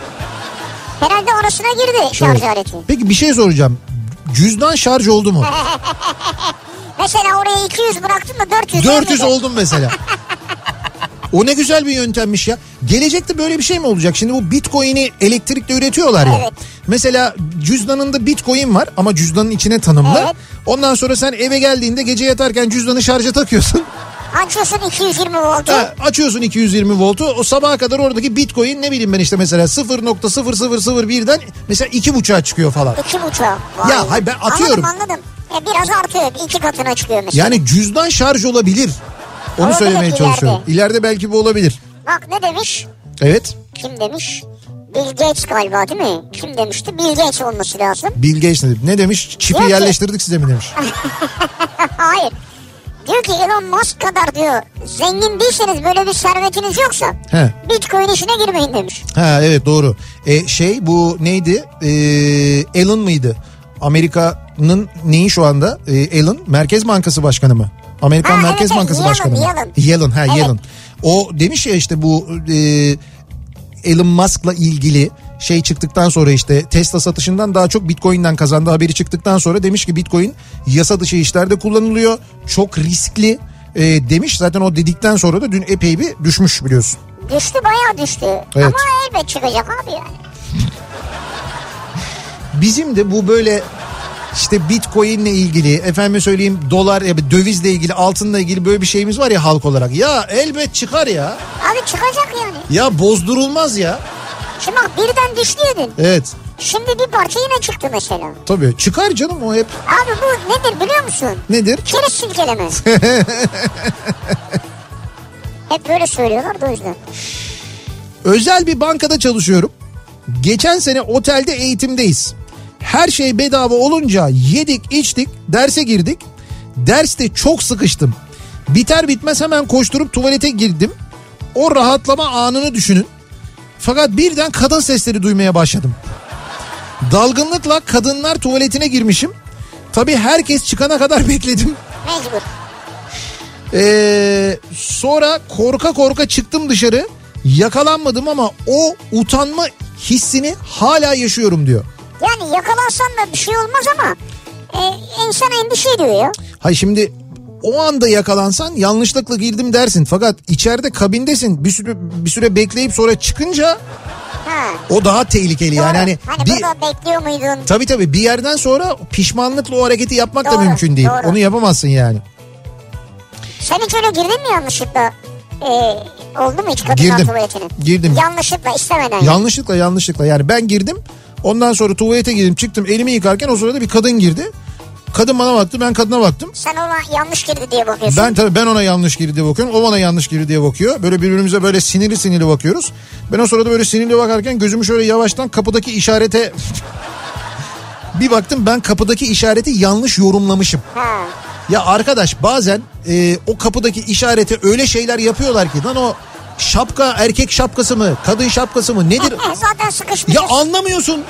S3: Herhalde arasına
S2: Şey-
S3: girdi şarj
S2: Evet.
S3: aleti.
S2: Peki bir şey soracağım. Cüzdan şarj oldu mu?
S3: Mesela oraya 200 bıraktım da 400.
S2: 400
S3: oldu.
S2: oldum mesela. O ne güzel bir yöntemmiş ya. Gelecekte böyle bir şey mi olacak? Şimdi bu Bitcoin'i elektrikle üretiyorlar ya.
S3: Evet.
S2: Mesela cüzdanında Bitcoin var ama cüzdanın içine tanımlı.
S3: Evet.
S2: Ondan sonra sen eve geldiğinde gece yatarken cüzdanı şarja takıyorsun.
S3: Açıyorsun 220 voltu.
S2: Ha, açıyorsun 220 voltu. O sabaha kadar oradaki Bitcoin ne bileyim ben işte mesela 0.0001'den mesela 2.5'a çıkıyor falan.
S3: İki buçuğa.
S2: Ya, hayır, ben atıyorum.
S3: Anladım anladım. E, biraz artıyor. iki katına çıkıyor mesela.
S2: Yani cüzdan şarj olabilir. Onu
S3: Olabilir
S2: söylemeye
S3: ileride.
S2: çalışıyorum. İleride belki bu olabilir.
S3: Bak ne demiş?
S2: Evet.
S3: Kim demiş? Bill Gates galiba değil mi? Kim demişti? Bill Gates olması lazım.
S2: Bill Gates ne, ne demiş? Çipi
S3: Yok ki.
S2: yerleştirdik size mi demiş?
S3: Hayır. Diyor ki Elon Musk kadar diyor zengin değilseniz böyle bir servetiniz yoksa
S2: He.
S3: bitcoin işine girmeyin demiş.
S2: Ha evet doğru. E, şey bu neydi? E, Elon mıydı? Amerika'nın neyi şu anda? E, Elon Merkez Bankası Başkanı mı? Amerikan
S3: Ha, evet,
S2: Merkez
S3: evet,
S2: Bankası
S3: Yellen,
S2: Başkanı mı?
S3: Yellen.
S2: Yellen ha
S3: Evet.
S2: Yellen. O demiş ya işte bu e, Elon Musk'la ilgili şey çıktıktan sonra işte Tesla satışından daha çok Bitcoin'den kazandığı haberi çıktıktan sonra demiş ki Bitcoin yasa dışı işlerde kullanılıyor. Çok riskli e, demiş. Zaten o dedikten sonra da dün epey bir düşmüş biliyorsun.
S3: Düştü bayağı düştü. Ama elbet çıkacak abi yani.
S2: bizim de bu böyle işte bitcoinle ilgili efendim söyleyeyim dolar ya dövizle ilgili altınla ilgili böyle bir şeyimiz var ya halk olarak. Ya elbet çıkar ya.
S3: Abi çıkacak yani.
S2: Ya bozdurulmaz ya.
S3: Şimdi bak birden düştü dedin.
S2: Evet.
S3: Şimdi bir parça yine çıktı mesela.
S2: Tabii çıkar canım o hep
S3: Abi bu nedir biliyor musun?
S2: nedir?
S3: Keriz silkeleme. Hep böyle söylüyorlar da o yüzden.
S2: Özel bir bankada çalışıyorum. Geçen sene otelde eğitimdeyiz. Her şey bedava olunca yedik içtik derse girdik. Derste çok sıkıştım. Biter bitmez hemen koşturup tuvalete girdim. O rahatlama anını düşünün. Fakat birden kadın sesleri duymaya başladım. Dalgınlıkla kadınlar tuvaletine girmişim. Tabii herkes çıkana kadar bekledim.
S3: Mecbur.
S2: Ee, sonra korka korka çıktım dışarı. Yakalanmadım ama o utanma hissini hala yaşıyorum diyor.
S3: Yani yakalansan da bir şey olmaz ama e, insan endişe ediyor ya.
S2: Hay şimdi o anda yakalansan yanlışlıkla girdim dersin. Fakat içeride kabindesin bir süre, bir süre bekleyip sonra çıkınca
S3: Ha.
S2: o daha tehlikeli. Yani
S3: doğru.
S2: hani,
S3: hani
S2: bir,
S3: burada bekliyor muydun?
S2: tabii tabii bir yerden sonra pişmanlıkla o hareketi yapmak da
S3: Doğru,
S2: mümkün değil.
S3: doğru.
S2: Onu yapamazsın yani.
S3: Sen hiç öyle girdin mi yanlışlıkla? E, oldu mu hiç kadınlar
S2: Girdim.
S3: tuvaletine?
S2: Girdim.
S3: Yanlışlıkla istemeden. yani.
S2: Yanlışlıkla yanlışlıkla yani ben girdim ondan sonra tuvalete girdim çıktım elimi yıkarken o sırada bir kadın girdi. Kadın bana baktı ben kadına baktım.
S3: Sen ona yanlış girdi diye bakıyorsun.
S2: Ben tabii ben ona yanlış girdi diye bakıyorum. O bana yanlış girdi diye bakıyor. Böyle birbirimize böyle sinirli sinirli bakıyoruz. Ben o sırada böyle sinirli bakarken gözümü şöyle yavaştan kapıdaki işarete bir baktım ben kapıdaki işareti yanlış yorumlamışım.
S3: Ha.
S2: Ya arkadaş bazen e, o kapıdaki işarete öyle şeyler yapıyorlar ki lan o şapka erkek şapkası mı kadın şapkası mı nedir
S3: Zaten
S2: ya
S3: sıkışmışız.
S2: anlamıyorsun.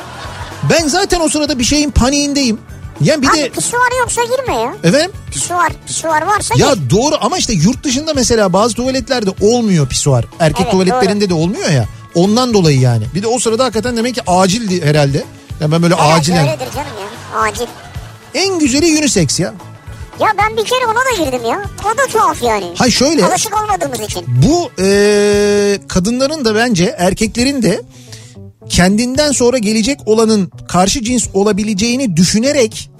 S2: Ben zaten o sırada bir şeyin paniğindeyim. Yani bir de
S3: Abi pisuar Hani yoksa girme ya.
S2: efendim
S3: Pisuar, pisuar varsa gir.
S2: ya doğru ama işte yurt dışında mesela bazı tuvaletlerde olmuyor pisuar. Erkek
S3: Evet,
S2: tuvaletlerinde de olmuyor ya. Ondan dolayı yani. Bir de o sırada hakikaten demek ki acildi herhalde. Yani ben böyle
S3: Herhalde
S2: acilen.
S3: Öyledir canım ya. Acil.
S2: En güzeli unisex ya.
S3: Ya ben bir kere ona da girdim ya. O da tuhaf yani.
S2: Hay şöyle.
S3: Alışık olmadığımız için.
S2: e, Bu eee, kadınların da bence erkeklerin de kendinden sonra gelecek olanın karşı cins olabileceğini düşünerek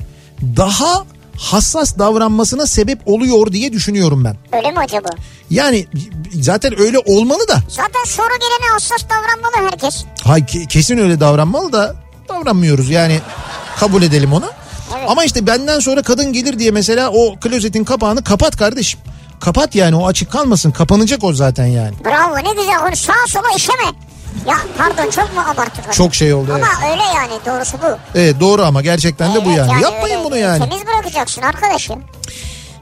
S2: daha hassas davranmasına sebep oluyor diye düşünüyorum ben.
S3: Öyle mi acaba?
S2: Yani zaten öyle olmalı da.
S3: Zaten sonra gelene hassas davranmalı herkes.
S2: Hay ke- kesin öyle davranmalı da davranmıyoruz yani kabul edelim onu.
S3: Evet.
S2: Ama işte benden sonra kadın gelir diye mesela o klozetin kapağını kapat kardeşim. Kapat yani o açık kalmasın kapanacak o zaten yani.
S3: Bravo ne güzel konuş. Sağa sola işeme. Ya pardon çok mu abarttık?
S2: Çok şey oldu
S3: Ama
S2: evet.
S3: öyle yani doğrusu bu.
S2: Evet doğru ama gerçekten de bu
S3: Evet
S2: yani. Yapmayın
S3: öyle.
S2: bunu yani.
S3: Temiz bırakacaksın arkadaşım.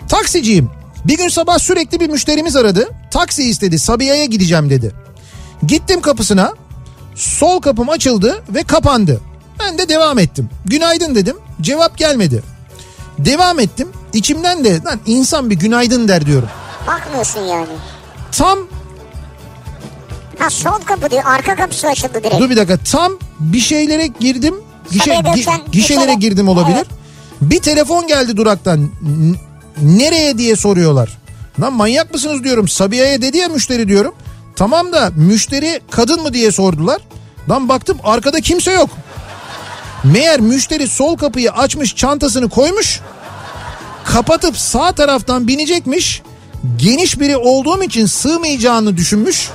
S2: Taksiciyim. Bir gün sabah sürekli bir müşterimiz aradı. Taksi istedi. Sabiha'ya gideceğim dedi. Gittim kapısına. Sol kapım açıldı ve kapandı. Ben de devam ettim. Günaydın dedim. Cevap gelmedi. Devam ettim. İçimden de lan insan bir günaydın der diyorum.
S3: Bakmıyorsun yani.
S2: Tam
S3: Ha sol kapı diyor arka kapısı açıldı direkt.
S2: dur bir dakika tam bir şeylere girdim. Gişe,
S3: Sabiha
S2: gi-
S3: Gökçen,
S2: gişelere
S3: gişelere.
S2: girdim olabilir.
S3: Evet.
S2: Bir telefon geldi duraktan. N- Nereye diye soruyorlar. Lan manyak mısınız diyorum. Sabiha'ya dedi ya müşteri diyorum. Tamam da müşteri kadın mı diye sordular. Lan baktım arkada kimse yok. Meğer müşteri sol kapıyı açmış çantasını koymuş. Kapatıp sağ taraftan binecekmiş. Geniş biri olduğum için sığmayacağını düşünmüş.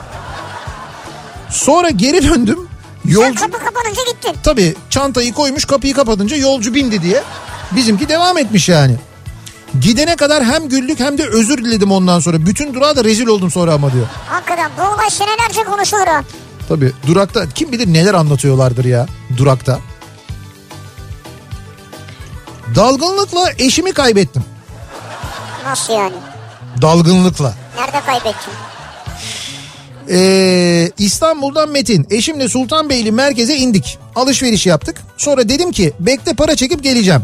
S2: Sonra geri döndüm.
S3: Sen
S2: Yolcu...
S3: kapı kapanınca gittin.
S2: Tabii çantayı koymuş kapıyı kapatınca yolcu bindi diye. Bizimki devam etmiş yani. Gidene kadar hem güldük hem de özür diledim ondan sonra. Bütün durağa da rezil oldum sonra ama diyor.
S3: Hakikaten bu olay senelerce konuşulur ha.
S2: Tabii durakta kim bilir neler anlatıyorlardır ya durakta. Dalgınlıkla eşimi kaybettim.
S3: Nasıl yani?
S2: Dalgınlıkla.
S3: Nerede kaybettin?
S2: Ee, İstanbul'dan Metin. Eşimle Sultanbeyli merkeze indik. Alışveriş yaptık. Sonra dedim ki bekle para çekip geleceğim.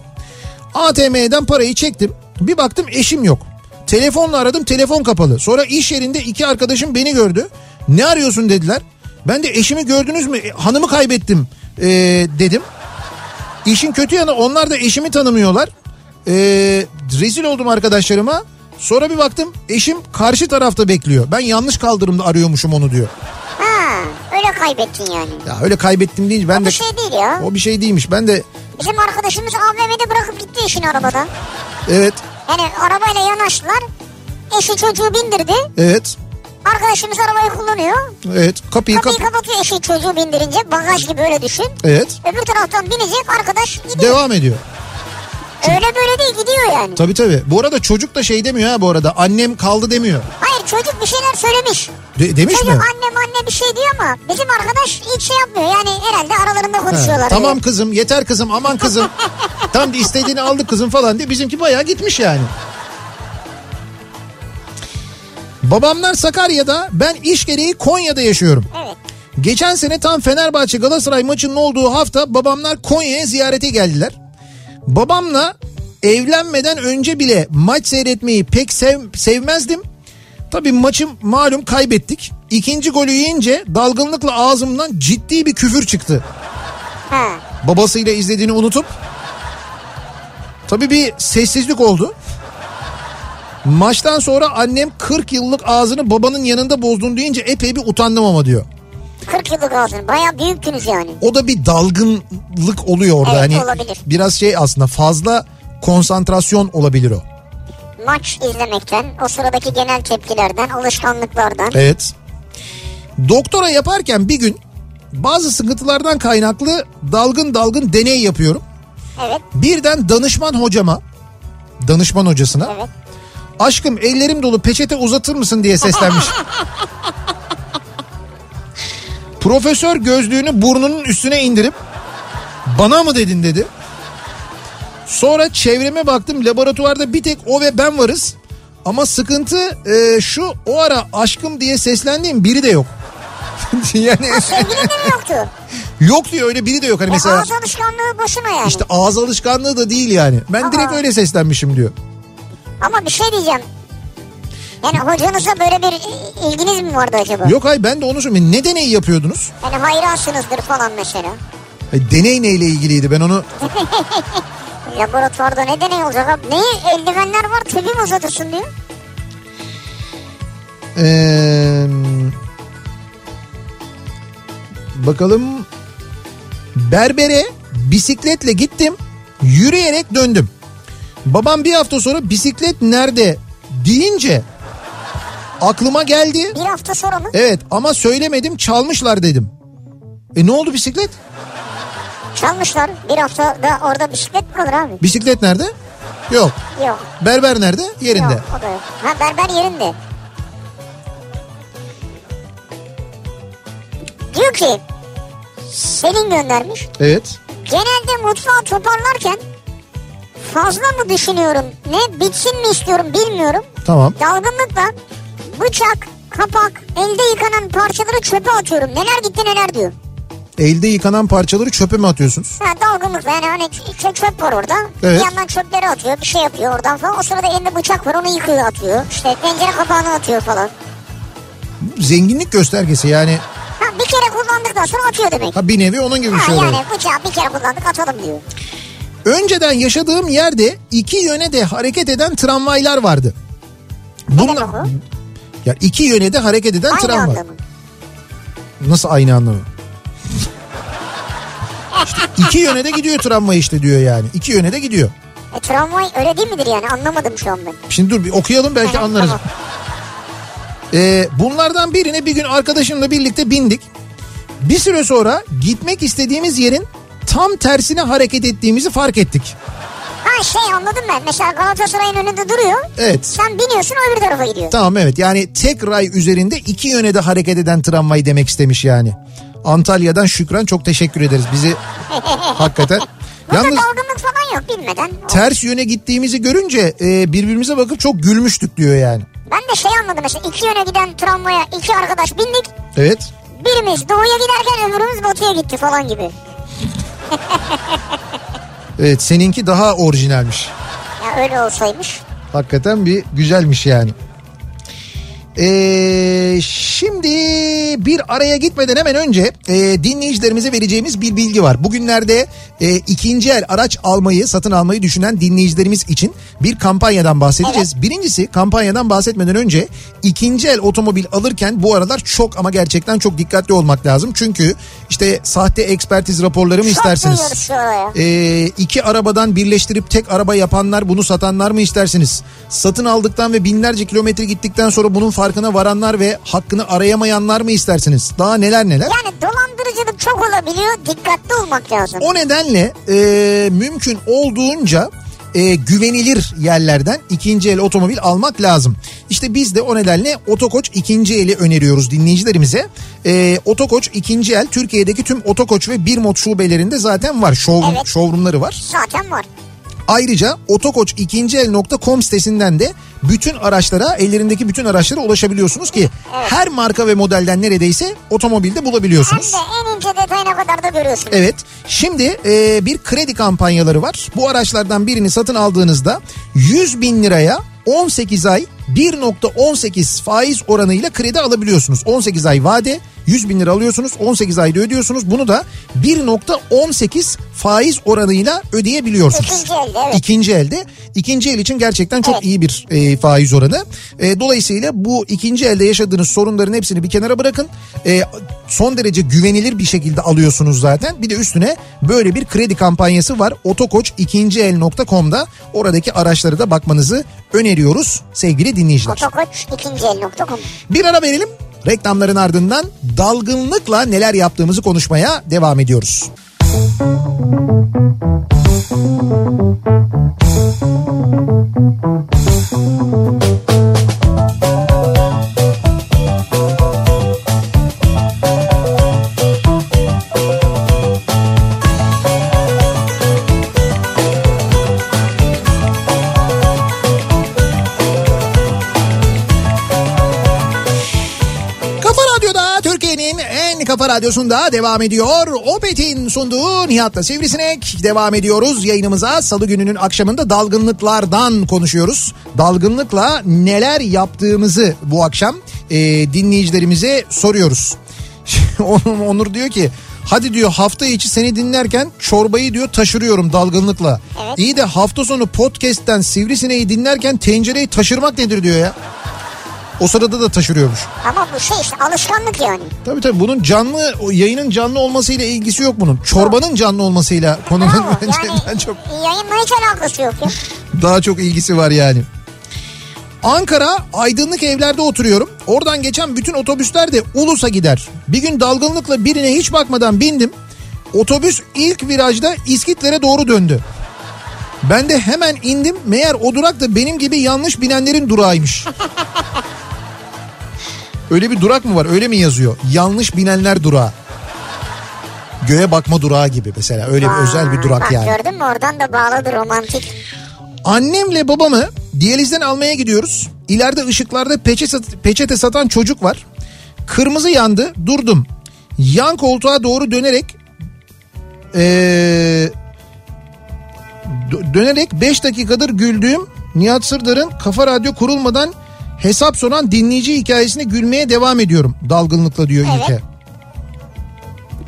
S2: ATM'den parayı çektim. Bir baktım eşim yok. Telefonla aradım telefon kapalı. Sonra iş yerinde iki arkadaşım beni gördü. Ne arıyorsun dediler. Ben de eşimi gördünüz mü E, hanımı kaybettim ee, dedim. İşin kötü yanı onlar da eşimi tanımıyorlar. Ee, rezil oldum arkadaşlarıma. Sonra bir baktım eşim karşı tarafta bekliyor. Ben yanlış kaldırımda arıyormuşum onu diyor.
S3: Ha öyle kaybettin yani.
S2: Ya öyle kaybettim değil ben
S3: Bu
S2: de
S3: bir şey değil ya.
S2: o bir şey değilmiş. Ben de
S3: Bizim arkadaşımız AVM'de bırakıp gitti işini arabadan.
S2: evet
S3: Yani Hani arabayla yanaştılar. Eşi çocuğu bindirdi.
S2: evet
S3: Arkadaşımız arabayı kullanıyor.
S2: evet kapıyı kap
S3: Kapıyı kapatıyor eşi çocuğu bindirince. Bagaj gibi öyle düşün.
S2: evet
S3: Öbür taraftan binecek arkadaş gidiyor.
S2: devam ediyor.
S3: Öyle böyle değil gidiyor yani.
S2: Tabii tabii. Bu arada çocuk da şey demiyor ha bu arada. Annem kaldı demiyor.
S3: Hayır çocuk bir şeyler söylemiş.
S2: De- demiş
S3: Çocuk
S2: mi?
S3: annem anne bir şey diyor ama bizim arkadaş hiç şey yapmıyor. Yani herhalde aralarında
S2: Ha,
S3: konuşuyorlar.
S2: tamam kızım yeter kızım aman kızım. Tam da istediğini aldık kızım falan diye bizimki bayağı gitmiş yani. Babamlar Sakarya'da ben iş gereği Konya'da yaşıyorum.
S3: öyle. Evet.
S2: Geçen sene tam Fenerbahçe Galatasaray maçının olduğu hafta babamlar Konya'ya ziyarete geldiler. Babamla evlenmeden önce bile maç seyretmeyi pek sev- sevmezdim. Tabii maçım malum kaybettik. İkinci golü yiyince dalgınlıkla ağzımdan ciddi bir küfür çıktı
S3: Ha.
S2: babasıyla izlediğini unutup tabii bir sessizlik oldu. Maçtan sonra annem 40 yıllık ağzını babanın yanında bozdun deyince epey bir utandım ama diyor.
S3: 40 yıllık ağzın. Baya büyüktünüz yani.
S2: O da bir dalgınlık oluyor orada
S3: Evet,
S2: hani
S3: olabilir.
S2: biraz şey aslında fazla konsantrasyon olabilir o.
S3: Maç izlemekten, o sıradaki genel tepkilerden, alışkanlıklardan.
S2: Evet. Doktora yaparken bir gün bazı sıkıntılardan kaynaklı dalgın dalgın deney yapıyorum.
S3: Evet.
S2: Birden danışman hocama, danışman hocasına
S3: Evet.
S2: Aşkım ellerim dolu peçete uzatır mısın diye seslenmiş. Profesör gözlüğünü burnunun üstüne indirip bana mı dedin dedi. Sonra çevreme baktım laboratuvarda bir tek o ve ben varız. Ama sıkıntı e, şu o ara aşkım diye seslendiğim biri de yok. yani
S3: Sevgilin de mi yoktu?
S2: yok diyor öyle biri de yok. Hani
S3: Mesela...
S2: mesela
S3: Ağız alışkanlığı boşuna yani.
S2: işte ağız alışkanlığı da değil yani. Ben direkt
S3: Aa.
S2: öyle seslenmişim diyor.
S3: Ama bir şey diyeceğim. Yani hocanıza böyle bir e, ilginiz mi vardı acaba?
S2: Yok ay ben de onu söyleyeyim. Ne deneyi yapıyordunuz?
S3: Yani hayransınızdır falan mesela.
S2: E, Deney neyle ilgiliydi ben onu
S3: Laboratuvarda ne deney olacak abi? Neyi eldivenler var tübü mü uzatırsın diyor.
S2: e, bakalım Berbere bisikletle gittim, yürüyerek döndüm. Babam bir hafta sonra bisiklet nerede deyince aklıma geldi.
S3: Bir hafta sonra mı?
S2: Evet ama söylemedim çalmışlar dedim. E ne oldu bisiklet? E-
S3: Çalmışlar. Bir hafta da orada bisiklet mi olur abi?
S2: Bisiklet nerede? Yok.
S3: Yok.
S2: Berber nerede? Yerinde.
S3: Yok o da yok. Ha berber yerinde. Diyor ki Selin göndermiş.
S2: Evet.
S3: Genelde mutfağı toparlarken fazla mı düşünüyorum ne bitsin mi istiyorum bilmiyorum.
S2: Tamam.
S3: Dalgınlıkla bıçak, kapak, elde yıkanan parçaları çöpe atıyorum. Neler gitti neler diyor.
S2: Elde yıkanan parçaları çöpe mi atıyorsunuz?
S3: Ha, dalgınlıkla yani hani çö- çöp var orada.
S2: Evet.
S3: Bir yandan çöpleri atıyor bir şey yapıyor oradan falan. O sırada elinde bıçak var onu yıkıyor atıyor. İşte pencere kapağını atıyor falan.
S2: Zenginlik göstergesi yani.
S3: Ha, bir kere kullandıktan sonra atıyor demek.
S2: Ha bir nevi onun gibi bir
S3: Ha,
S2: şey oluyor.
S3: yani bıçağı bir kere kullandık atalım diyor.
S2: Önceden yaşadığım yerde iki yöne de hareket eden tramvaylar vardı.
S3: Ne
S2: Bunlar
S3: demek o?
S2: ya iki yöne de hareket eden
S3: Aynı
S2: tramvay.
S3: anda mı?
S2: Nasıl aynı anlamı? İşte iki yöne de gidiyor tramvay işte diyor yani. İki yöne de gidiyor.
S3: E, tramvay öyle değil midir yani anlamadım şu an ben.
S2: Şimdi dur bir okuyalım belki
S3: Evet,
S2: anlarız.
S3: tamam.
S2: Ee, bunlardan birine bir gün arkadaşımla birlikte bindik. Bir süre sonra gitmek istediğimiz yerin tam tersine hareket ettiğimizi fark ettik.
S3: Ha şey anladım ben. Mesela Galatasaray'ın önünde duruyor.
S2: Evet.
S3: Sen biniyorsun öbür tarafa gidiyor.
S2: Tamam evet yani tek ray üzerinde iki yöne de hareket eden tramvay demek istemiş yani. Antalya'dan Şükran çok teşekkür ederiz bizi hakikaten.
S3: Burada
S2: Yalnız
S3: dalgınlık falan yok bilmeden.
S2: ters yöne gittiğimizi görünce e, birbirimize bakıp çok gülmüştük diyor yani.
S3: Ben de şey anladım mesela iki yöne giden tramvaya iki arkadaş bindik.
S2: Evet.
S3: Birimiz doğuya giderken öbürümüz batıya gitti falan gibi.
S2: Evet seninki daha orijinalmiş.
S3: Ya öyle olsaymış.
S2: Hakikaten bir güzelmiş yani. Ee, şimdi bir araya gitmeden hemen önce e, dinleyicilerimize vereceğimiz bir bilgi var. Bugünlerde e, ikinci el araç almayı, satın almayı düşünen dinleyicilerimiz için bir kampanyadan bahsedeceğiz. Birincisi kampanyadan bahsetmeden önce ikinci el otomobil alırken bu aralar çok ama gerçekten çok dikkatli olmak lazım. Çünkü işte sahte ekspertiz raporları mı istersiniz?
S3: Çok duyuyoruz şu olaya.
S2: Ee, iki arabadan birleştirip tek araba yapanlar bunu satanlar mı istersiniz? Satın aldıktan ve binlerce kilometre gittikten sonra bunun farkına varanlar ve hakkını arayamayanlar mı istersiniz? Daha neler neler?
S3: Yani dolandırıcılık çok olabiliyor. Dikkatli olmak lazım.
S2: O nedenle e, mümkün olduğunca e, güvenilir yerlerden ikinci el otomobil almak lazım. İşte biz de o nedenle Otokoç ikinci eli öneriyoruz dinleyicilerimize. E, Otokoç ikinci el Türkiye'deki tüm Otokoç ve Birmot şubelerinde zaten var. Showroom,
S3: Evet.
S2: showroomları var.
S3: Zaten var.
S2: Ayrıca otokoç2el.com sitesinden de bütün araçlara, ellerindeki bütün araçlara ulaşabiliyorsunuz ki her marka ve modelden neredeyse otomobilde
S3: Hem
S2: bulabiliyorsunuz.
S3: de en ince detayına kadar da görüyorsun.
S2: Evet. Şimdi e, bir kredi kampanyaları var. Bu araçlardan birini satın aldığınızda 100 bin liraya 18 ay 1.18 faiz oranıyla kredi alabiliyorsunuz. 18 ay vade 100 bin lira alıyorsunuz 18 ayda ödüyorsunuz. Bunu da 1.18 faiz oranıyla ödeyebiliyorsunuz.
S3: İkinci elde, evet.
S2: İkinci elde. İkinci el için gerçekten çok
S3: Evet.
S2: iyi bir e, faiz oranı. E, dolayısıyla bu ikinci elde yaşadığınız sorunların hepsini bir kenara bırakın. E, son derece güvenilir bir şekilde alıyorsunuz zaten. Bir de üstüne böyle bir kredi kampanyası var. Otokoç2el.com'da oradaki araçlara da bakmanızı öneriyoruz sevgili dinleyiciler.
S3: Otokoç ikinci el nokta com.
S2: Bir ara verelim. Reklamların ardından dalgınlıkla neler yaptığımızı konuşmaya devam ediyoruz. Kafa Radyo'da Türkiye'nin en kafa radyosunda devam ediyor. Opet'in sunduğu Nihat'la Sivrisinek devam ediyoruz. Yayınımıza salı gününün akşamında dalgınlıklardan konuşuyoruz. Dalgınlıkla neler yaptığımızı bu akşam e, dinleyicilerimize soruyoruz. Onur, Onur diyor ki hadi diyor hafta içi seni dinlerken çorbayı diyor taşırıyorum dalgınlıkla.
S3: Evet.
S2: İyi de hafta sonu podcast'ten Sivrisineği dinlerken tencereyi taşırmak nedir diyor ya. O sırada da taşırıyormuş.
S3: Ama bu şey işte alışkanlık yani.
S2: Tabii tabii bunun canlı, o yayının canlı olmasıyla ilgisi yok bunun. Çorbanın canlı olmasıyla konunun
S3: Bravo.
S2: bence daha
S3: yani e,
S2: çok
S3: yayınla hiç alakası yok ya.
S2: daha çok ilgisi var yani. Ankara aydınlık evlerde oturuyorum. Oradan geçen bütün otobüsler de Ulus'a gider. Bir gün dalgınlıkla birine hiç bakmadan bindim. Otobüs ilk virajda İskitlere doğru döndü. Ben de hemen indim. Meğer o durak da benim gibi yanlış binenlerin durağıymış. Öyle bir durak mı var? Öyle mi yazıyor? Yanlış binenler durağı. Göğe bakma durağı gibi mesela. Öyle bir özel bir
S3: Aa,
S2: durak
S3: bak,
S2: yani.
S3: Gördün mü oradan da bağladı romantik.
S2: Annemle babamı diyalizden almaya gidiyoruz. İleride ışıklarda peçe sat- peçete satan çocuk var. Kırmızı yandı durdum. Yan koltuğa doğru dönerek ee, dö- dönerek 5 dakikadır güldüğüm Nihat Sırdar'ın Kafa Radyo kurulmadan hesap soran dinleyici hikayesine gülmeye devam ediyorum. Dalgınlıkla diyor
S3: Evet.
S2: İlke.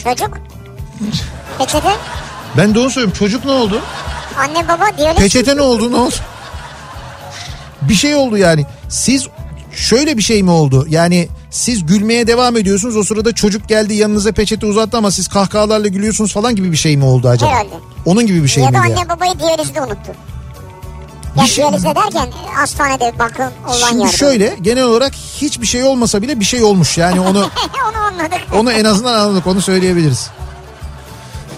S3: Çocuk. Peçete.
S2: Ben de onu söylüyorum. Çocuk ne oldu?
S3: Anne baba diyelim.
S2: Peçete ne oldu ne oldu? Bir şey oldu yani. Siz şöyle bir şey mi oldu? Yani siz gülmeye devam ediyorsunuz. O sırada çocuk geldi yanınıza peçete uzattı ama siz kahkahalarla gülüyorsunuz falan gibi bir şey mi oldu acaba?
S3: Herhalde.
S2: Onun gibi bir şey
S3: ya da
S2: miydi?
S3: anne
S2: yani?
S3: babayı diyalizde unuttu. Ya
S2: Bir şey-
S3: diyalizde derken e, hastanede bakın olan
S2: Şimdi
S3: yerde.
S2: şöyle genel olarak hiçbir şey olmasa bile bir şey olmuş. Yani onu
S3: Onu anladık.
S2: onu en azından anladık. Onu söyleyebiliriz.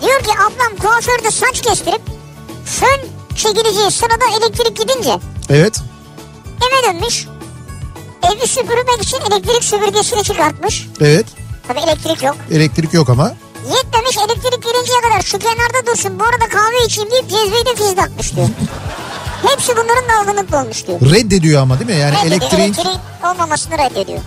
S3: Diyor ki ablam kuaförde saç kestirip fön çekileceği sırada elektrik gidince
S2: Evet.
S3: eve dönmüş. Evi süpürmek için elektrik süpürgesini çıkartmış.
S2: Evet.
S3: Tabii elektrik yok.
S2: Elektrik yok ama.
S3: Yet demiş elektrik gelinceye kadar şu kenarda dursun. Bu arada kahve içeyim deyip cezveyi de fizdatmış diyor. Hepsi bunların dalgınlıklı olmuş diyor.
S2: Reddediyor ama değil mi? Yani
S3: Reddediyor,
S2: elektriğin
S3: elektriğin olmamasını reddediyor.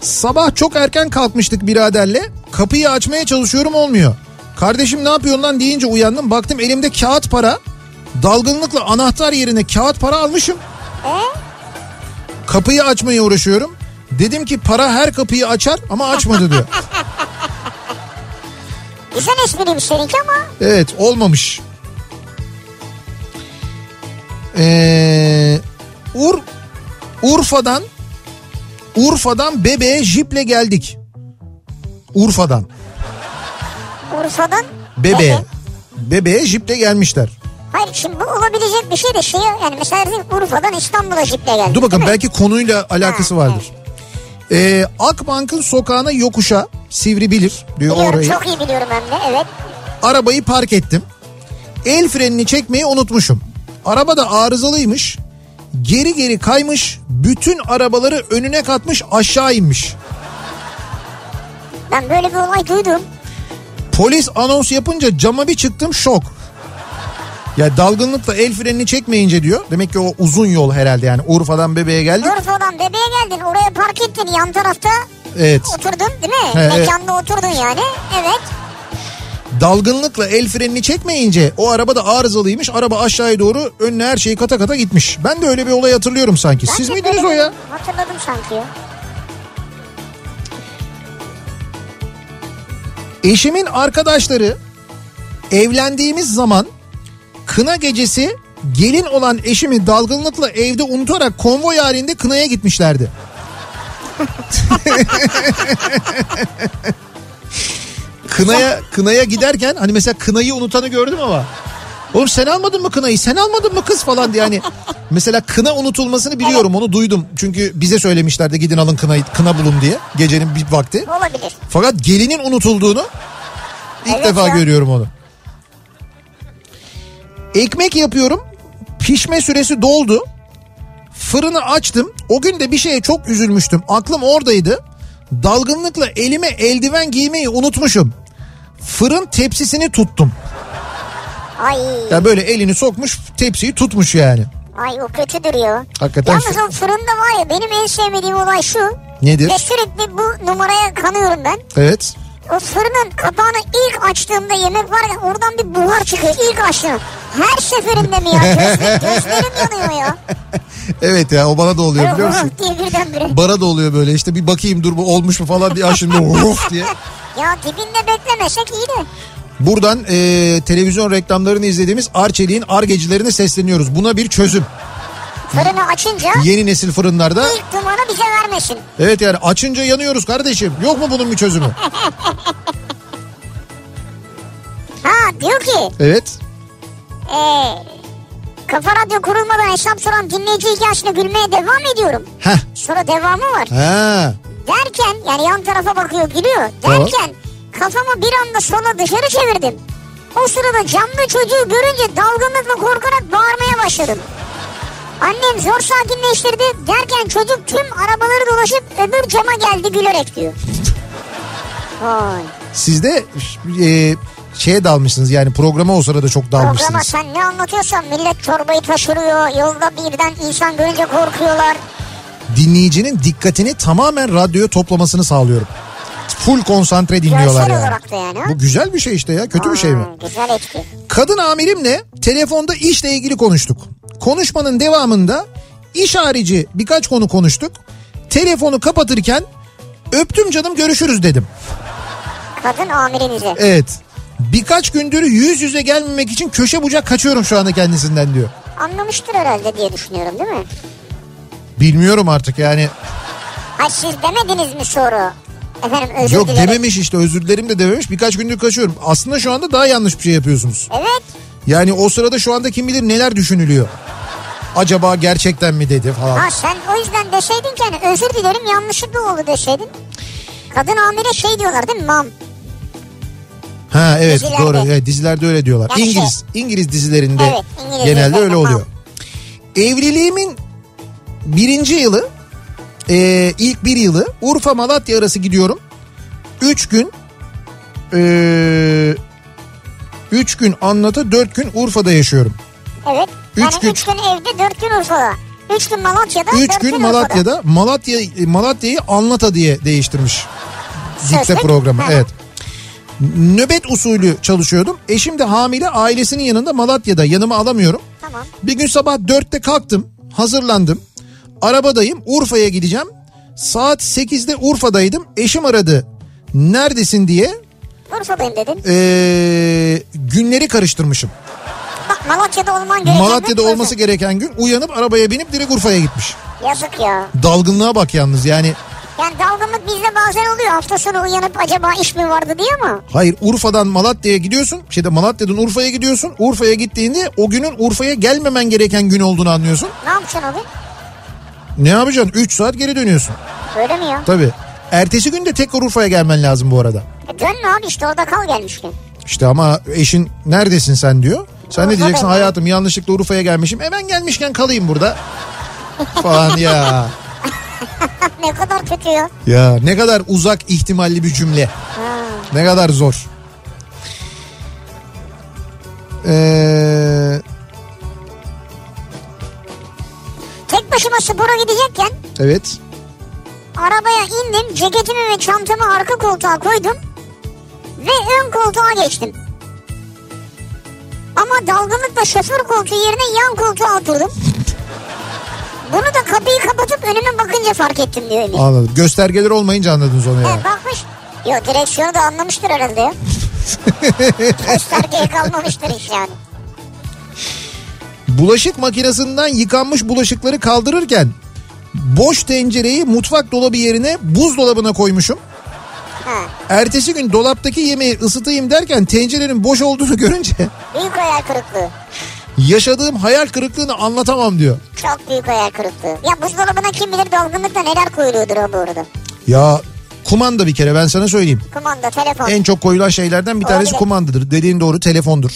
S2: Sabah çok erken kalkmıştık biraderle. Kapıyı açmaya çalışıyorum olmuyor. Kardeşim ne yapıyorsun lan deyince uyandım. Baktım elimde kağıt para. Dalgınlıkla anahtar yerine kağıt para almışım.
S3: E?
S2: Kapıyı açmaya uğraşıyorum. Dedim ki para her kapıyı açar ama açmadı diyor.
S3: Güzel espriymiş seninki ama
S2: Evet olmamış. Ee, Ur Urfa'dan Urfa'dan bebeğe jiple geldik. Urfa'dan.
S3: Urfa'dan
S2: Bebeğe. Bebeğe jiple gelmişler.
S3: Hayır şimdi bu olabilecek bir şey de şey yani mesela dedim Urfa'dan İstanbul'a jiple geldi.
S2: Dur bakın
S3: değil mi?
S2: belki konuyla alakası
S3: Ha,
S2: vardır. Ee, Akbank'ın sokağına yokuşa sivri bilir diyor
S3: Biliyorum
S2: orayı.
S3: çok iyi biliyorum hem de evet.
S2: Arabayı park ettim. El frenini çekmeyi unutmuşum. Araba da arızalıymış. Geri geri kaymış. Bütün arabaları önüne katmış aşağı inmiş.
S3: Ben böyle bir olay duydum.
S2: Polis anons yapınca cama bir çıktım şok. Ya dalgınlıkla el frenini çekmeyince diyor. Demek ki o uzun yol herhalde yani Urfa'dan bebeğe geldik.
S3: Urfa'dan bebeğe geldin oraya park ettin yan tarafta
S2: Evet.
S3: oturdun değil mi?
S2: He, evet.
S3: Mekanda oturdun yani evet.
S2: Dalgınlıkla el frenini çekmeyince o araba da arızalıymış. Araba aşağıya doğru önüne her şeyi kata kata gitmiş. Ben de öyle bir olay hatırlıyorum sanki.
S3: Ben
S2: Siz
S3: de
S2: miydiniz
S3: böyle
S2: o ya?
S3: bir- Hatırladım sanki ya.
S2: Eşimin arkadaşları evlendiğimiz zaman kına gecesi gelin olan eşimi dalgınlıkla evde unutarak konvoy halinde kınaya gitmişlerdi. kınaya kınaya giderken hani mesela kınayı unutanı gördüm ama Oğlum sen almadın mı kınayı? Sen almadın mı kız falan diye yani mesela kına unutulmasını biliyorum onu duydum. Çünkü bize söylemişlerdi gidin alın kınayı kına bulun diye gecenin bir vakti.
S3: Olabilir.
S2: Fakat gelinin unutulduğunu ilk
S3: Evet
S2: defa
S3: ya.
S2: görüyorum onu. Ekmek yapıyorum. Pişme süresi doldu. Fırını açtım. O gün de bir şeye çok üzülmüştüm. Aklım oradaydı. Dalgınlıkla elime eldiven giymeyi unutmuşum. Fırın tepsisini tuttum.
S3: Ay
S2: Ya böyle elini sokmuş tepsiyi tutmuş yani.
S3: ay o kötüdür ya.
S2: Hakikaten
S3: Yalnız
S2: şu-
S3: o fırında var ya benim en sevmediğim olay şu.
S2: Nedir?
S3: Ve sürekli bu numaraya kanıyorum ben.
S2: Evet.
S3: O fırının kapağını ilk açtığımda yemek var ya oradan bir buhar çıkıyor ilk açtığım. Her seferinde mi ya? Gözlerim, gözlerim yanıyor ya.
S2: Evet ya o bana da oluyor
S3: Böyle
S2: biliyor musun?
S3: huf diye birdenbire.
S2: Bana da oluyor böyle işte bir bakayım dur bu olmuş mu falan diye şimdi huf diye.
S3: Ya dibinde beklemesek iyi de.
S2: Buradan e, televizyon reklamlarını izlediğimiz Arçelik'in Argecilerine sesleniyoruz. Buna bir çözüm.
S3: Fırını açınca
S2: Yeni nesil fırınlarda.
S3: ilk dumanı bize vermesin.
S2: Evet yani açınca yanıyoruz kardeşim. Yok mu bunun bir çözümü?
S3: Ha diyor ki
S2: Evet.
S3: Ee, Kafa Radyo kurulmadan hesap soran dinleyici hikayesine gülmeye devam ediyorum.
S2: Heh.
S3: Sonra devamı var.
S2: Ha.
S3: Derken yani yan tarafa bakıyor gülüyor.
S2: Tamam.
S3: Derken kafamı bir anda sola dışarı çevirdim. O sırada camda çocuğu görünce dalgınlıkla korkarak bağırmaya başladım. Annem zor sakinleştirdi derken çocuk tüm arabaları dolaşıp öbür cama geldi gülerek diyor. Vay.
S2: Siz de e, şeye dalmışsınız yani programa o sırada çok
S3: Programa
S2: dalmışsınız.
S3: sen ne anlatıyorsan millet çorbayı taşırıyor. Yolda birden insan görünce korkuyorlar.
S2: Dinleyicinin dikkatini tamamen radyoya toplamasını sağlıyorum. Full konsantre dinliyorlar
S3: Görsel
S2: yani.
S3: olarak da yani, ha?
S2: Bu güzel bir şey işte ya kötü bir şey mi?
S3: Aa, Güzel etki.
S2: Kadın amirimle telefonda işle ilgili konuştuk. Konuşmanın devamında iş harici birkaç konu konuştuk. Telefonu kapatırken öptüm canım görüşürüz dedim.
S3: Kadın amirinize.
S2: Evet. Birkaç gündür yüz yüze gelmemek için köşe bucak kaçıyorum şu anda kendisinden diyor.
S3: Anlamıştır herhalde diye düşünüyorum değil mi?
S2: Bilmiyorum artık yani.
S3: Ha siz demediniz mi soru? Efendim özür
S2: Yok
S3: dilerim.
S2: dememiş işte özür dilerim de dememiş. Birkaç gündür kaçıyorum. Aslında şu anda daha yanlış bir şey yapıyorsunuz.
S3: Evet.
S2: Yani o sırada şu anda kim bilir neler düşünülüyor. Acaba gerçekten mi dedi falan.
S3: Ha sen o yüzden deseydin ki hani özür dilerim yanlışlıkla oldu deseydin. Kadın amire şey diyorlar değil mi? Mam.
S2: Ha evet
S3: Dizilerde.
S2: doğru. Evet, dizilerde öyle diyorlar.
S3: Yani
S2: İngiliz İngiliz dizilerinde
S3: Evet, İngiliz
S2: genelde
S3: dizilerinde
S2: öyle oluyor. Evliliğimin birinci yılı e, ilk bir yılı Urfa Malatya arası gidiyorum. Üç gün e, üç gün anlata dört gün Urfa'da yaşıyorum.
S3: Evet.
S2: Üç
S3: yani
S2: gün-
S3: üç gün evde dört gün Urfa'da. Üç gün Malatya'da.
S2: Üç
S3: dört
S2: gün
S3: Urfa'da.
S2: Malatya'da Malatya Malatya'yı anlata diye değiştirmiş. Zikte
S3: Sözlük.
S2: programı
S3: Hı hı.
S2: evet. Nöbet usulü çalışıyordum. Eşim de hamile ailesinin yanında Malatya'da yanıma alamıyorum.
S3: Tamam.
S2: Bir gün sabah dörtte kalktım hazırlandım. Arabadayım Urfa'ya gideceğim. Saat 8'de Urfa'daydım. Eşim aradı. Neredesin diye
S3: Urfa'dayım dedin.
S2: ee, günleri karıştırmışım.
S3: Bak Malatya'da olman gereken
S2: Malatya'da
S3: gün
S2: olması gereken gün uyanıp arabaya binip direkt Urfa'ya gitmiş.
S3: Urfa. Yazık ya.
S2: Dalgınlığa bak yalnız yani.
S3: Yani dalgınlık bizde bazen oluyor. Hafta sonu uyanıp acaba iş mi vardı diye ama.
S2: Hayır Urfa'dan Malatya'ya gidiyorsun. Şeyde Malatya'dan Urfa'ya gidiyorsun. Urfa'ya gittiğinde o günün Urfa'ya gelmemen gereken gün olduğunu anlıyorsun.
S3: Ne yapacaksın abi?
S2: Ne yapacaksın? 3 saat geri dönüyorsun.
S3: Öyle mi ya?
S2: Tabii. Ertesi gün de tekrar Urfa'ya gelmen lazım bu arada.
S3: E dönme abi işte orada kal gelmişken.
S2: İşte ama eşin neredesin sen diyor. Sen ne
S3: Urfa'da
S2: diyeceksin
S3: mı?
S2: hayatım yanlışlıkla Urfa'ya gelmişim. E ben gelmişken kalayım burada. Falan ya.
S3: ne kadar kötü ya.
S2: Ya ne kadar uzak ihtimalli bir cümle. Ne kadar zor. Ee,
S3: Tek başıma spora gidecekken
S2: evet.
S3: arabaya indim. Ceketimi ve çantamı arka koltuğa koydum. Ve ön koltuğa geçtim. Ama dalgınlıkla şoför koltuğu yerine yan koltuğa oturdum. Bunu da kapıyı kapatıp önüme bakınca fark ettim diyor Emir.
S2: Anladım. Göstergeler olmayınca anladınız onu
S3: He,
S2: ya.
S3: bakmış. Yo direksiyonu da anlamıştır herhalde ya. Göstergeye kalmamıştır hiç yani.
S2: Bulaşık makinesinden yıkanmış bulaşıkları kaldırırken boş tencereyi mutfak dolabı yerine buzdolabına koymuşum.
S3: Ha,
S2: Ertesi gün dolaptaki yemeği ısıtayım derken tencerenin boş olduğunu görünce
S3: büyük hayal kırıklığı.
S2: yaşadığım hayal kırıklığını anlatamam diyor.
S3: Çok büyük hayal kırıklığı. Ya buzdolabına kim bilir dalgınlıkla neler koyuluyordur o bu arada.
S2: Ya kumanda bir kere ben sana söyleyeyim.
S3: Kumanda, telefon.
S2: En çok koyulan şeylerden bir tanesi
S3: Olabilir.
S2: kumandadır. Dediğin doğru telefondur.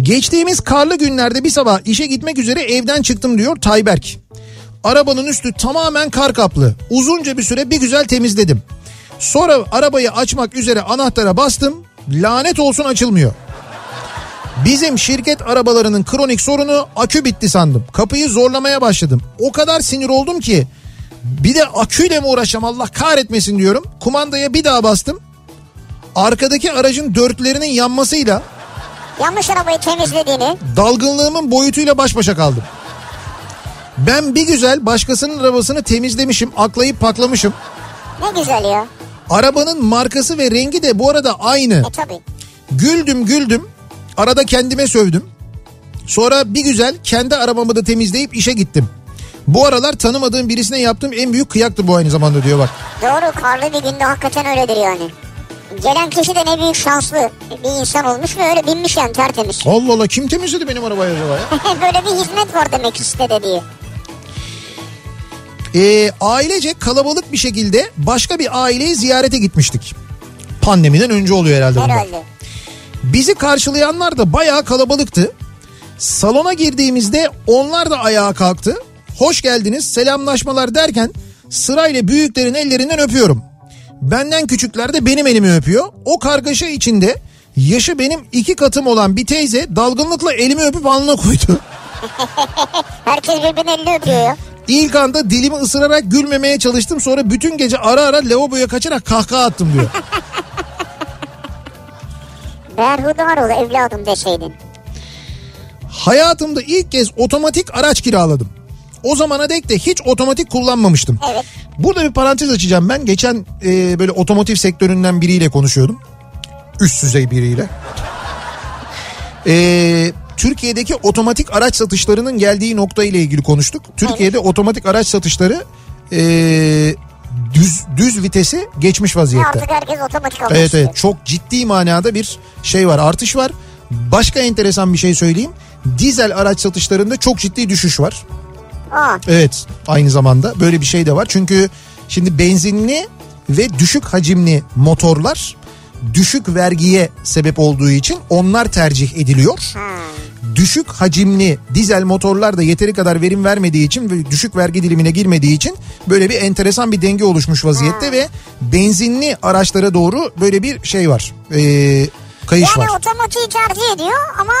S2: Geçtiğimiz karlı günlerde bir sabah işe gitmek üzere evden çıktım diyor Tayberk. Arabanın üstü tamamen kar kaplı. Uzunca bir süre bir güzel temizledim. Sonra arabayı açmak üzere anahtara bastım. Lanet olsun açılmıyor. Bizim şirket arabalarının kronik sorunu akü bitti sandım. Kapıyı zorlamaya başladım. O kadar sinir oldum ki bir de aküyle mi uğraşacağım Allah kahretmesin diyorum. Kumandaya bir daha bastım. Arkadaki aracın dörtlerinin yanmasıyla
S3: Yanlış arabayı temizlediğini.
S2: dalgınlığımın boyutuyla baş başa kaldım. Ben bir güzel başkasının arabasını temizlemişim, aklayıp paklamışım.
S3: Ne güzel ya.
S2: Arabanın markası ve rengi de bu arada aynı.
S3: E tabi.
S2: Güldüm güldüm. Arada kendime sövdüm. Sonra bir güzel kendi arabamı da temizleyip işe gittim. Bu aralar tanımadığım birisine yaptığım en büyük kıyaktı bu aynı zamanda diyor bak.
S3: Doğru karlı bir günde hakikaten öyledir yani. Gelen kişi de ne büyük şanslı bir insan olmuş ve öyle binmiş yani tertemiz.
S2: Allah Allah kim temizledi benim arabayı acaba ya?
S3: Böyle bir hizmet var demek istedi diye.
S2: Ee, ailece kalabalık bir şekilde başka bir aileyi ziyarete gitmiştik. Pandemiden önce oluyor herhalde bunlar.
S3: Herhalde.
S2: Bizi karşılayanlar da bayağı kalabalıktı. Salona girdiğimizde onlar da ayağa kalktı. Hoş geldiniz selamlaşmalar derken sırayla büyüklerin ellerinden öpüyorum. Benden küçükler de benim elimi öpüyor. O kargaşa içinde yaşı benim iki katım olan bir teyze dalgınlıkla elimi öpüp alnına koydu.
S3: Herkes birbirini elini öpüyor ya.
S2: İlk anda dilimi ısırarak gülmemeye çalıştım. Sonra bütün gece ara ara lavaboya kaçarak kahkaha attım diyor.
S3: Berhudaroğlu evladım deseydin.
S2: Hayatımda ilk kez otomatik araç kiraladım. O zamana dek de hiç otomatik kullanmamıştım.
S3: Evet.
S2: Burada bir parantez açacağım ben. Geçen e, böyle otomotiv sektöründen biriyle konuşuyordum. Üst düzey biriyle. E, Türkiye'deki otomatik araç satışlarının geldiği nokta ile ilgili konuştuk. Türkiye'de otomatik araç satışları e, düz düz vitesi geçmiş vaziyette.
S3: Artık herkes otomatik almış.
S2: Evet evet çok ciddi manada bir şey var artış var. Başka enteresan bir şey söyleyeyim. Dizel araç satışlarında çok ciddi düşüş var.
S3: Aa,
S2: Evet aynı zamanda böyle bir şey de var. Çünkü şimdi benzinli ve düşük hacimli motorlar düşük vergiye sebep olduğu için onlar tercih ediliyor. Düşük hacimli dizel motorlar da yeteri kadar verim vermediği için ve düşük vergi dilimine girmediği için böyle bir enteresan bir denge oluşmuş vaziyette ve benzinli araçlara doğru böyle bir şey var. Ee, kayış
S3: yani
S2: var.
S3: otomatiği tercih ediyor ama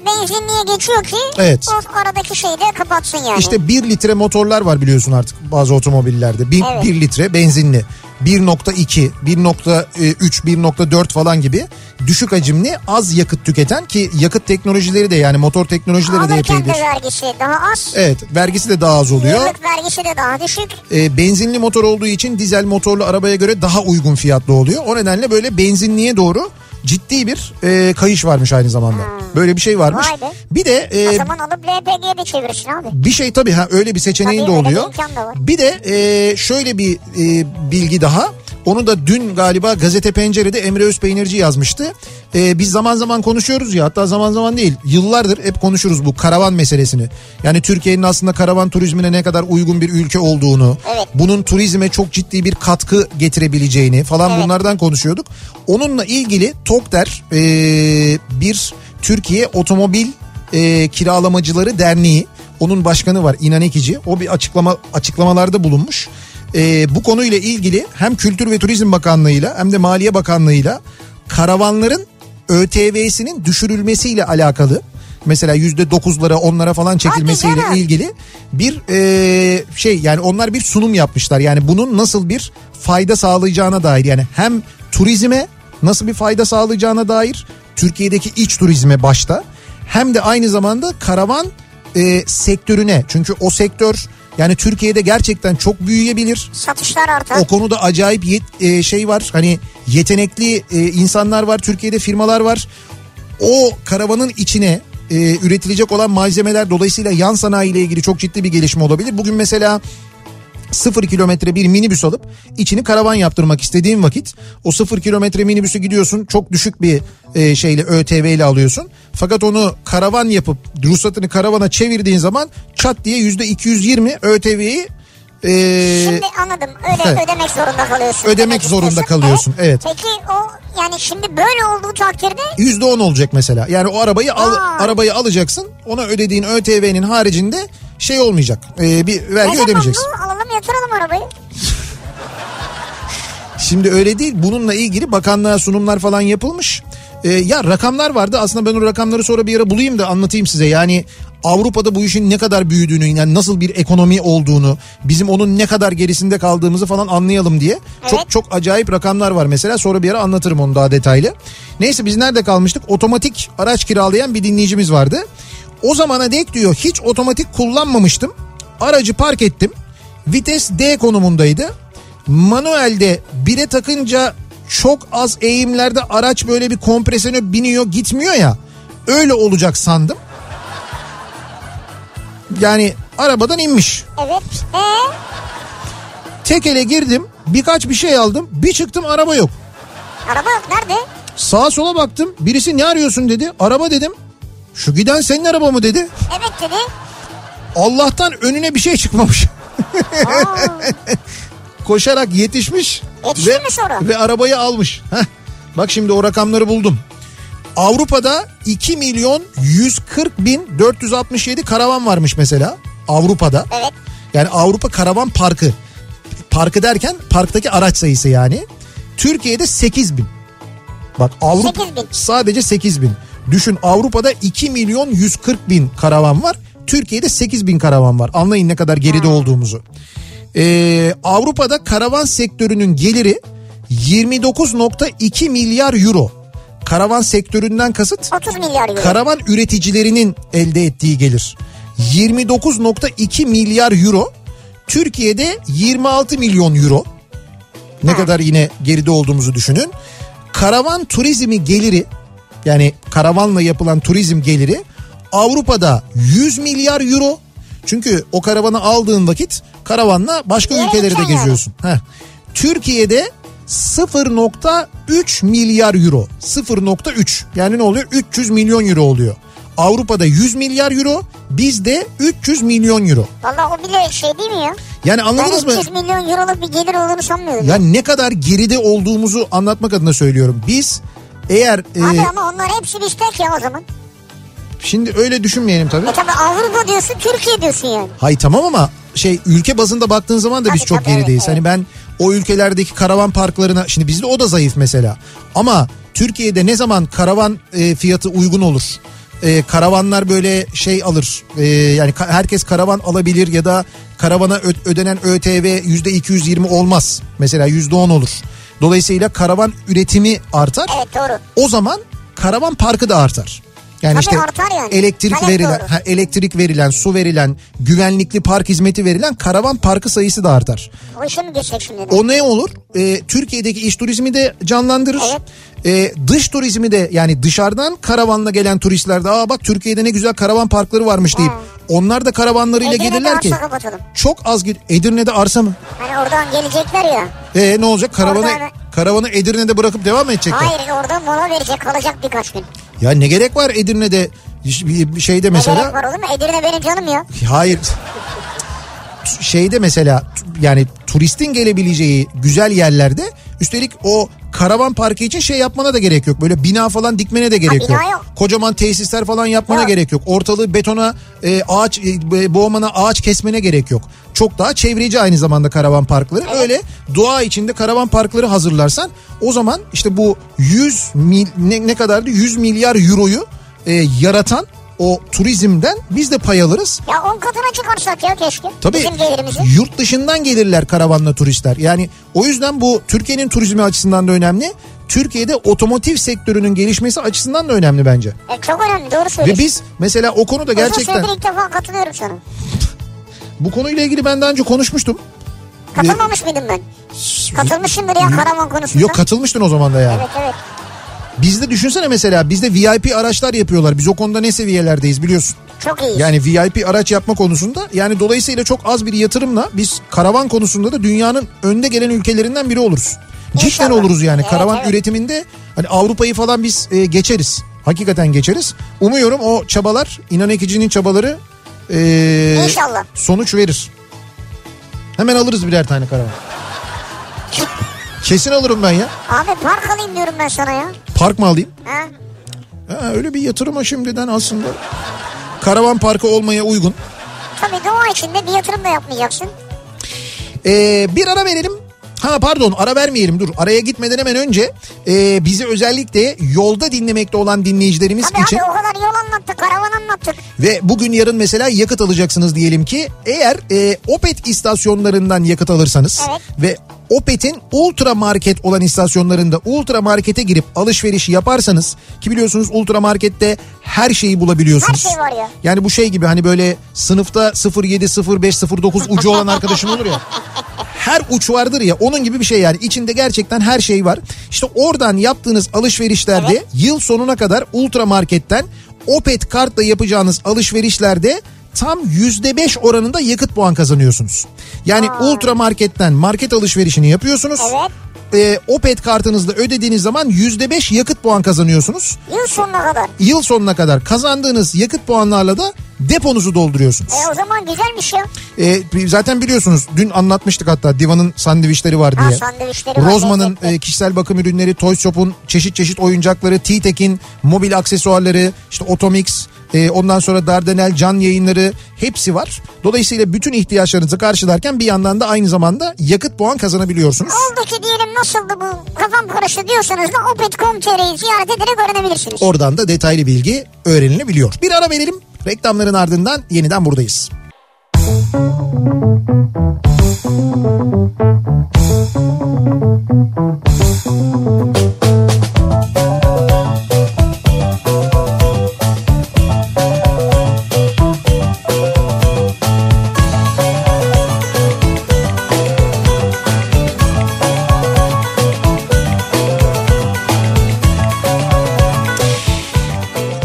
S3: benzinliğe geçiyor ki
S2: Evet.
S3: o aradaki şeyi de kapatsın yani.
S2: İşte 1 litre motorlar var biliyorsun artık bazı otomobillerde. 1
S3: Evet.
S2: litre benzinli. 1.2, 1.3, 1.4 falan gibi düşük hacimli az yakıt tüketen ki yakıt teknolojileri de yani motor teknolojileri de
S3: Alırken de
S2: epeydir.
S3: vergisi daha az.
S2: Evet vergisi de daha az oluyor.
S3: Yıllık vergisi de daha düşük.
S2: E, benzinli motor olduğu için dizel motorlu arabaya göre daha uygun fiyatlı oluyor. O nedenle böyle benzinliğe doğru ciddi bir e, kayış varmış aynı zamanda. Böyle bir şey varmış.
S3: Hmm. Vay be.
S2: Bir de e,
S3: O zaman alıp LPG'ye de çevirirsin abi.
S2: bir şey tabii ha öyle bir seçeneğin
S3: Tabii,
S2: de
S3: öyle bir
S2: oluyor.
S3: imkan da var.
S2: Bir de e, şöyle bir e, bilgi daha. Onu da dün galiba gazete pencerede Emre Özpeynirci yazmıştı. E, biz zaman zaman konuşuyoruz ya hatta zaman zaman değil yıllardır hep konuşuruz bu karavan meselesini. Yani Türkiye'nin aslında karavan turizmine ne kadar uygun bir ülke olduğunu,
S3: Evet.
S2: bunun turizme çok ciddi bir katkı getirebileceğini falan
S3: Evet.
S2: bunlardan konuşuyorduk. Onunla ilgili TOKDER e, bir Türkiye Otomobil e, Kiralamacıları Derneği onun başkanı var İnan Ekici o bir açıklama açıklamalarda bulunmuş. E, bu konuyla ilgili hem Kültür ve Turizm Bakanlığı'yla hem de Maliye Bakanlığı'yla karavanların ÖTV'sinin düşürülmesiyle alakalı mesela yüzde dokuzlara onlara falan çekilmesiyle
S3: canım.
S2: ilgili bir e, şey yani onlar bir sunum yapmışlar. Yani bunun nasıl bir fayda sağlayacağına dair yani hem turizme nasıl bir fayda sağlayacağına dair Türkiye'deki iç turizme başta hem de aynı zamanda karavan e, sektörüne çünkü o sektör yani Türkiye'de gerçekten çok büyüyebilir.
S3: Satışlar artar.
S2: O konuda acayip yet- e, şey var. Hani yetenekli e, insanlar var. Türkiye'de firmalar var. O karavanın içine e, üretilecek olan malzemeler dolayısıyla yan sanayi ile ilgili çok ciddi bir gelişme olabilir. Bugün mesela sıfır kilometre bir minibüs alıp içini karavan yaptırmak istediğin vakit o sıfır kilometre minibüsü gidiyorsun çok düşük bir e, şeyle ÖTV ile alıyorsun. Fakat onu karavan yapıp ruhsatını karavana çevirdiğin zaman çat diye yüzde 220 ÖTV'yi e,
S3: Şimdi anladım. Öyle
S2: Evet.
S3: ödemek zorunda kalıyorsun.
S2: Ödemek
S3: Demek
S2: zorunda
S3: istiyorsun.
S2: kalıyorsun, evet.
S3: Peki o yani şimdi böyle olduğu takdirde
S2: %10 olacak mesela. Yani o arabayı al,
S3: Aa.
S2: arabayı alacaksın. Ona ödediğin ÖTV'nin haricinde şey olmayacak. e, bir vergi
S3: ne zaman
S2: ödemeyeceksin.
S3: bu alalım yatıralım arabayı.
S2: Şimdi öyle değil. Bununla ilgili bakanlığa sunumlar falan yapılmış. E, ya rakamlar vardı. Aslında ben o rakamları sonra bir ara bulayım da anlatayım size. Yani Avrupa'da bu işin ne kadar büyüdüğünü, yani nasıl bir ekonomi olduğunu, bizim onun ne kadar gerisinde kaldığımızı falan anlayalım diye. Çok
S3: Evet.
S2: çok acayip rakamlar var mesela. Sonra bir ara anlatırım onu daha detaylı. Neyse biz nerede kalmıştık? Otomatik araç kiralayan bir dinleyicimiz vardı. O zamana dek diyor hiç otomatik kullanmamıştım. Aracı park ettim. Vites D konumundaydı. Manuelde bire takınca çok az eğimlerde araç böyle bir kompresyona biniyor gitmiyor ya. Öyle olacak sandım. yani arabadan inmiş.
S3: Evet. Ee,
S2: Tekele girdim birkaç bir şey aldım bir çıktım araba yok.
S3: araba yok nerede?
S2: Sağa sola baktım birisi ne arıyorsun dedi araba dedim. Şu giden senin araba mı dedi.
S3: Evet dedi.
S2: Allah'tan önüne bir şey çıkmamış.
S3: Aa,
S2: Koşarak yetişmiş.
S3: Yetişti mi sonra?
S2: Ve arabayı almış. Heh. Bak şimdi o rakamları buldum. Avrupa'da 2 milyon 140 bin 467 karavan varmış mesela. Avrupa'da.
S3: evet.
S2: Yani Avrupa Karavan Parkı. Parkı derken parktaki araç sayısı yani. Türkiye'de 8 bin. Bak Avrupa
S3: 8 bin.
S2: sadece 8 bin. Düşün Avrupa'da 2 milyon 140 bin karavan var. Türkiye'de 8 bin karavan var. Anlayın ne kadar geride olduğumuzu. Ee, Avrupa'da karavan sektörünün geliri 29.2 milyar euro. Karavan sektöründen kasıt
S3: 30 milyar euro.
S2: karavan üreticilerinin elde ettiği gelir. 29.2 milyar euro. Türkiye'de 26 milyon euro. Ne kadar yine geride olduğumuzu düşünün. Karavan turizmi geliri yani karavanla yapılan turizm geliri Avrupa'da 100 milyar euro. Çünkü o karavanı aldığın vakit karavanla başka
S3: Yere
S2: ülkeleri de
S3: gideceksin yani.
S2: geziyorsun. Heh. Türkiye'de 0.3 milyar euro. 0.3 yani ne oluyor? 300 milyon euro oluyor. Avrupa'da 100 milyar euro, bizde 300 milyon euro.
S3: Valla o bile şey değil mi ya?
S2: Yani
S3: Ben
S2: anladınız mı?
S3: 300 milyon euroluk bir gelir olduğunu sanmıyorum.
S2: Ya ne kadar geride olduğumuzu anlatmak adına söylüyorum. Biz eğer e,
S3: Abi ama onlar hepsi müşterek ya o zaman.
S2: şimdi öyle düşünmeyelim tabii.
S3: E tabi Avrupa diyorsun Türkiye diyorsun yani.
S2: Hay tamam ama şey ülke bazında baktığın zaman da biz
S3: Tabii,
S2: çok
S3: tabii, evet,
S2: gerideyiz.
S3: evet.
S2: Hani ben o ülkelerdeki karavan parklarına şimdi bizde o da zayıf mesela. Ama Türkiye'de ne zaman karavan e, fiyatı uygun olur? E, karavanlar böyle şey alır. E, yani ka- herkes karavan alabilir ya da karavana ö- ödenen ÖTV %220 olmaz. Mesela %10 olur. Dolayısıyla karavan üretimi artar.
S3: Evet doğru.
S2: O zaman karavan parkı da artar. Yani
S3: Tabii
S2: işte
S3: artar yani.
S2: elektrik
S3: Talep
S2: verilen,
S3: doğru.
S2: ha, elektrik verilen, su verilen, güvenlikli park hizmeti verilen karavan parkı sayısı da artar.
S3: O işe mi geçecek şimdi? de?
S2: O ne olur? Ee, Türkiye'deki iş turizmi de canlandırır.
S3: Evet.
S2: Ee, dış turizmi de yani dışarıdan karavanla gelen turistler de aa bak Türkiye'de ne güzel karavan parkları varmış deyip
S3: Ha.
S2: onlar da karavanlarıyla
S3: Edirne'de
S2: gelirler ki
S3: arsa kapatalım.
S2: çok az gid- Edirne'de arsa mı?
S3: Hani oradan gelecekler ya.
S2: Ee, ne olacak? Karavanı
S3: Orada-
S2: karavanı Edirne'de bırakıp devam mı edecekler?
S3: Hayır orada mola verecek kalacak birkaç gün.
S2: Ya ne gerek var Edirne'de bir şeyde
S3: Mesela...
S2: mesela
S3: Gerek var oğlum Edirne benim canım ya.
S2: hayır T- şeyde mesela t- yani turistin gelebileceği güzel yerlerde üstelik o karavan parkı için şey yapmana da gerek yok. Böyle bina falan dikmene de gerek
S3: bina
S2: yok.
S3: yok.
S2: Kocaman tesisler falan yapmana
S3: Yok.
S2: gerek yok. Ortalığı betona, e, ağaç e, boğmana, ağaç kesmene gerek yok. Çok daha çevreci aynı zamanda karavan parkları. Öyle doğa içinde karavan parkları hazırlarsan o zaman işte bu 100 mil, ne, ne kadardı? 100 milyar euroyu e, yaratan o turizmden biz de pay alırız.
S3: Ya on katına çıkarsak ya keşke.
S2: Tabii
S3: Bizim gelirimizi.
S2: yurt dışından gelirler karavanla turistler. Yani o yüzden bu Türkiye'nin turizmi açısından da önemli. Türkiye'de otomotiv sektörünün gelişmesi açısından da önemli bence.
S3: E, çok önemli doğru
S2: Ve
S3: söylüyorsun.
S2: biz mesela o konuda
S3: Uzun
S2: gerçekten
S3: süredir ilk defa katılıyorum sana.
S2: bu konuyla ilgili ben daha önce konuşmuştum.
S3: Katılmamış mıydım ben? Katılmışımdır ya karavan konusunda.
S2: Yok katılmıştın o zaman da yani.
S3: Evet evet.
S2: Bizde düşünsene mesela bizde VIP araçlar yapıyorlar. Biz o konuda ne seviyelerdeyiz biliyorsun.
S3: Çok iyi.
S2: Yani VIP araç yapma konusunda yani dolayısıyla çok az bir yatırımla biz karavan konusunda da dünyanın önde gelen ülkelerinden biri oluruz. Cidden
S3: İnşallah.
S2: oluruz yani
S3: Evet,
S2: karavan
S3: evet.
S2: üretiminde hani Avrupa'yı falan biz e, geçeriz. Hakikaten geçeriz. Umuyorum o çabalar İnan Ekici'nin çabaları e,
S3: İnşallah.
S2: sonuç verir. Hemen alırız birer tane karavan. Kesin alırım ben ya.
S3: Abi park alayım diyorum ben sana ya.
S2: Park mı alayım?
S3: Ha?
S2: Ha, öyle bir yatırıma şimdiden aslında. Karavan parkı olmaya uygun.
S3: Tabii doğa içinde bir yatırım da yapmayacaksın.
S2: Ee, bir ara verelim. Ha pardon ara vermeyelim dur. Araya gitmeden hemen önce e, bizi özellikle yolda dinlemekte olan dinleyicilerimiz
S3: Tabii
S2: için
S3: abi o kadar yol anlattık, karavan anlattık.
S2: ve bugün yarın mesela yakıt alacaksınız diyelim ki eğer e, Opet istasyonlarından yakıt alırsanız
S3: Evet.
S2: ve Opet'in ultra market olan istasyonlarında ultra markete girip alışveriş yaparsanız ki biliyorsunuz ultra markette her şeyi bulabiliyorsunuz.
S3: Her şey var ya.
S2: Yani bu şey gibi hani böyle sınıfta 07 05 09 ucu olan arkadaşın olur ya. Her uç vardır ya onun gibi bir şey yani içinde gerçekten her şey var. İşte oradan yaptığınız alışverişlerde yıl sonuna kadar ultra marketten Opet kartla yapacağınız alışverişlerde tam %5 oranında yakıt puan kazanıyorsunuz. Yani ultra marketten market alışverişini yapıyorsunuz.
S3: Evet.
S2: Ee, Opet kartınızla ödediğiniz zaman %5 yakıt puan kazanıyorsunuz.
S3: Yıl sonuna kadar.
S2: Yıl sonuna kadar kazandığınız yakıt puanlarla da deponuzu dolduruyorsunuz.
S3: E o zaman güzelmiş ya.
S2: Ee, zaten biliyorsunuz dün anlatmıştık hatta Diva'nın sandviçleri var
S3: Ha,
S2: diye.
S3: sandviçleri var,
S2: Rozman'ın
S3: lezzetli.
S2: e, kişisel bakım ürünleri, Toy Shop'un çeşit çeşit oyuncakları, T-Tek'in mobil aksesuarları, işte Otomix, e, ondan sonra Dardanel can yayınları hepsi var. Dolayısıyla bütün ihtiyaçlarınızı karşılarken bir yandan da aynı zamanda yakıt puan kazanabiliyorsunuz.
S3: Oldu ki diyelim nasıldı bu kafam karıştı diyorsanız da opet.com.tr'yi ziyaret ederek öğrenebilirsiniz.
S2: Oradan da detaylı bilgi öğrenilebiliyor. Bir ara verelim. Reklamların ardından yeniden buradayız.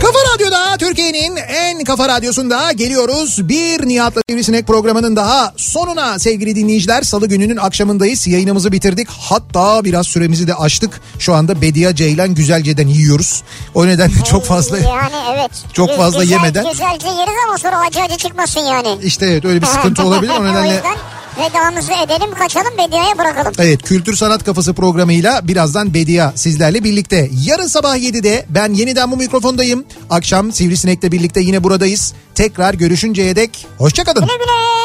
S2: Kafa Radyo'da Türkiye'nin en kafa radyosunda geliyoruz. Bir Nihat'la Sivrisinek programının daha sonuna sevgili dinleyiciler. Salı gününün akşamındayız. Yayınımızı bitirdik. Hatta biraz süremizi de açtık. Şu anda Bediye Ceylan Güzelce'den yiyoruz. O nedenle çok fazla...
S3: Yani evet.
S2: Çok
S3: Gü-
S2: fazla
S3: güzel,
S2: yemeden.
S3: Güzelce yeriz ama sonra acı acı çıkmasın yani.
S2: İşte evet öyle bir sıkıntı olabilir. O
S3: o
S2: nedenle
S3: yüzden vedamızı edelim kaçalım Bediye'ye bırakalım.
S2: Evet Kültür Sanat Kafası programıyla birazdan Bedia sizlerle birlikte. Yarın sabah 7'de ben yeniden bu mikrofondayım. Akşam Sivrisinek'le birlikte yine buradayız. Tekrar görüşünceye dek hoşçakalın.
S3: Güle güle.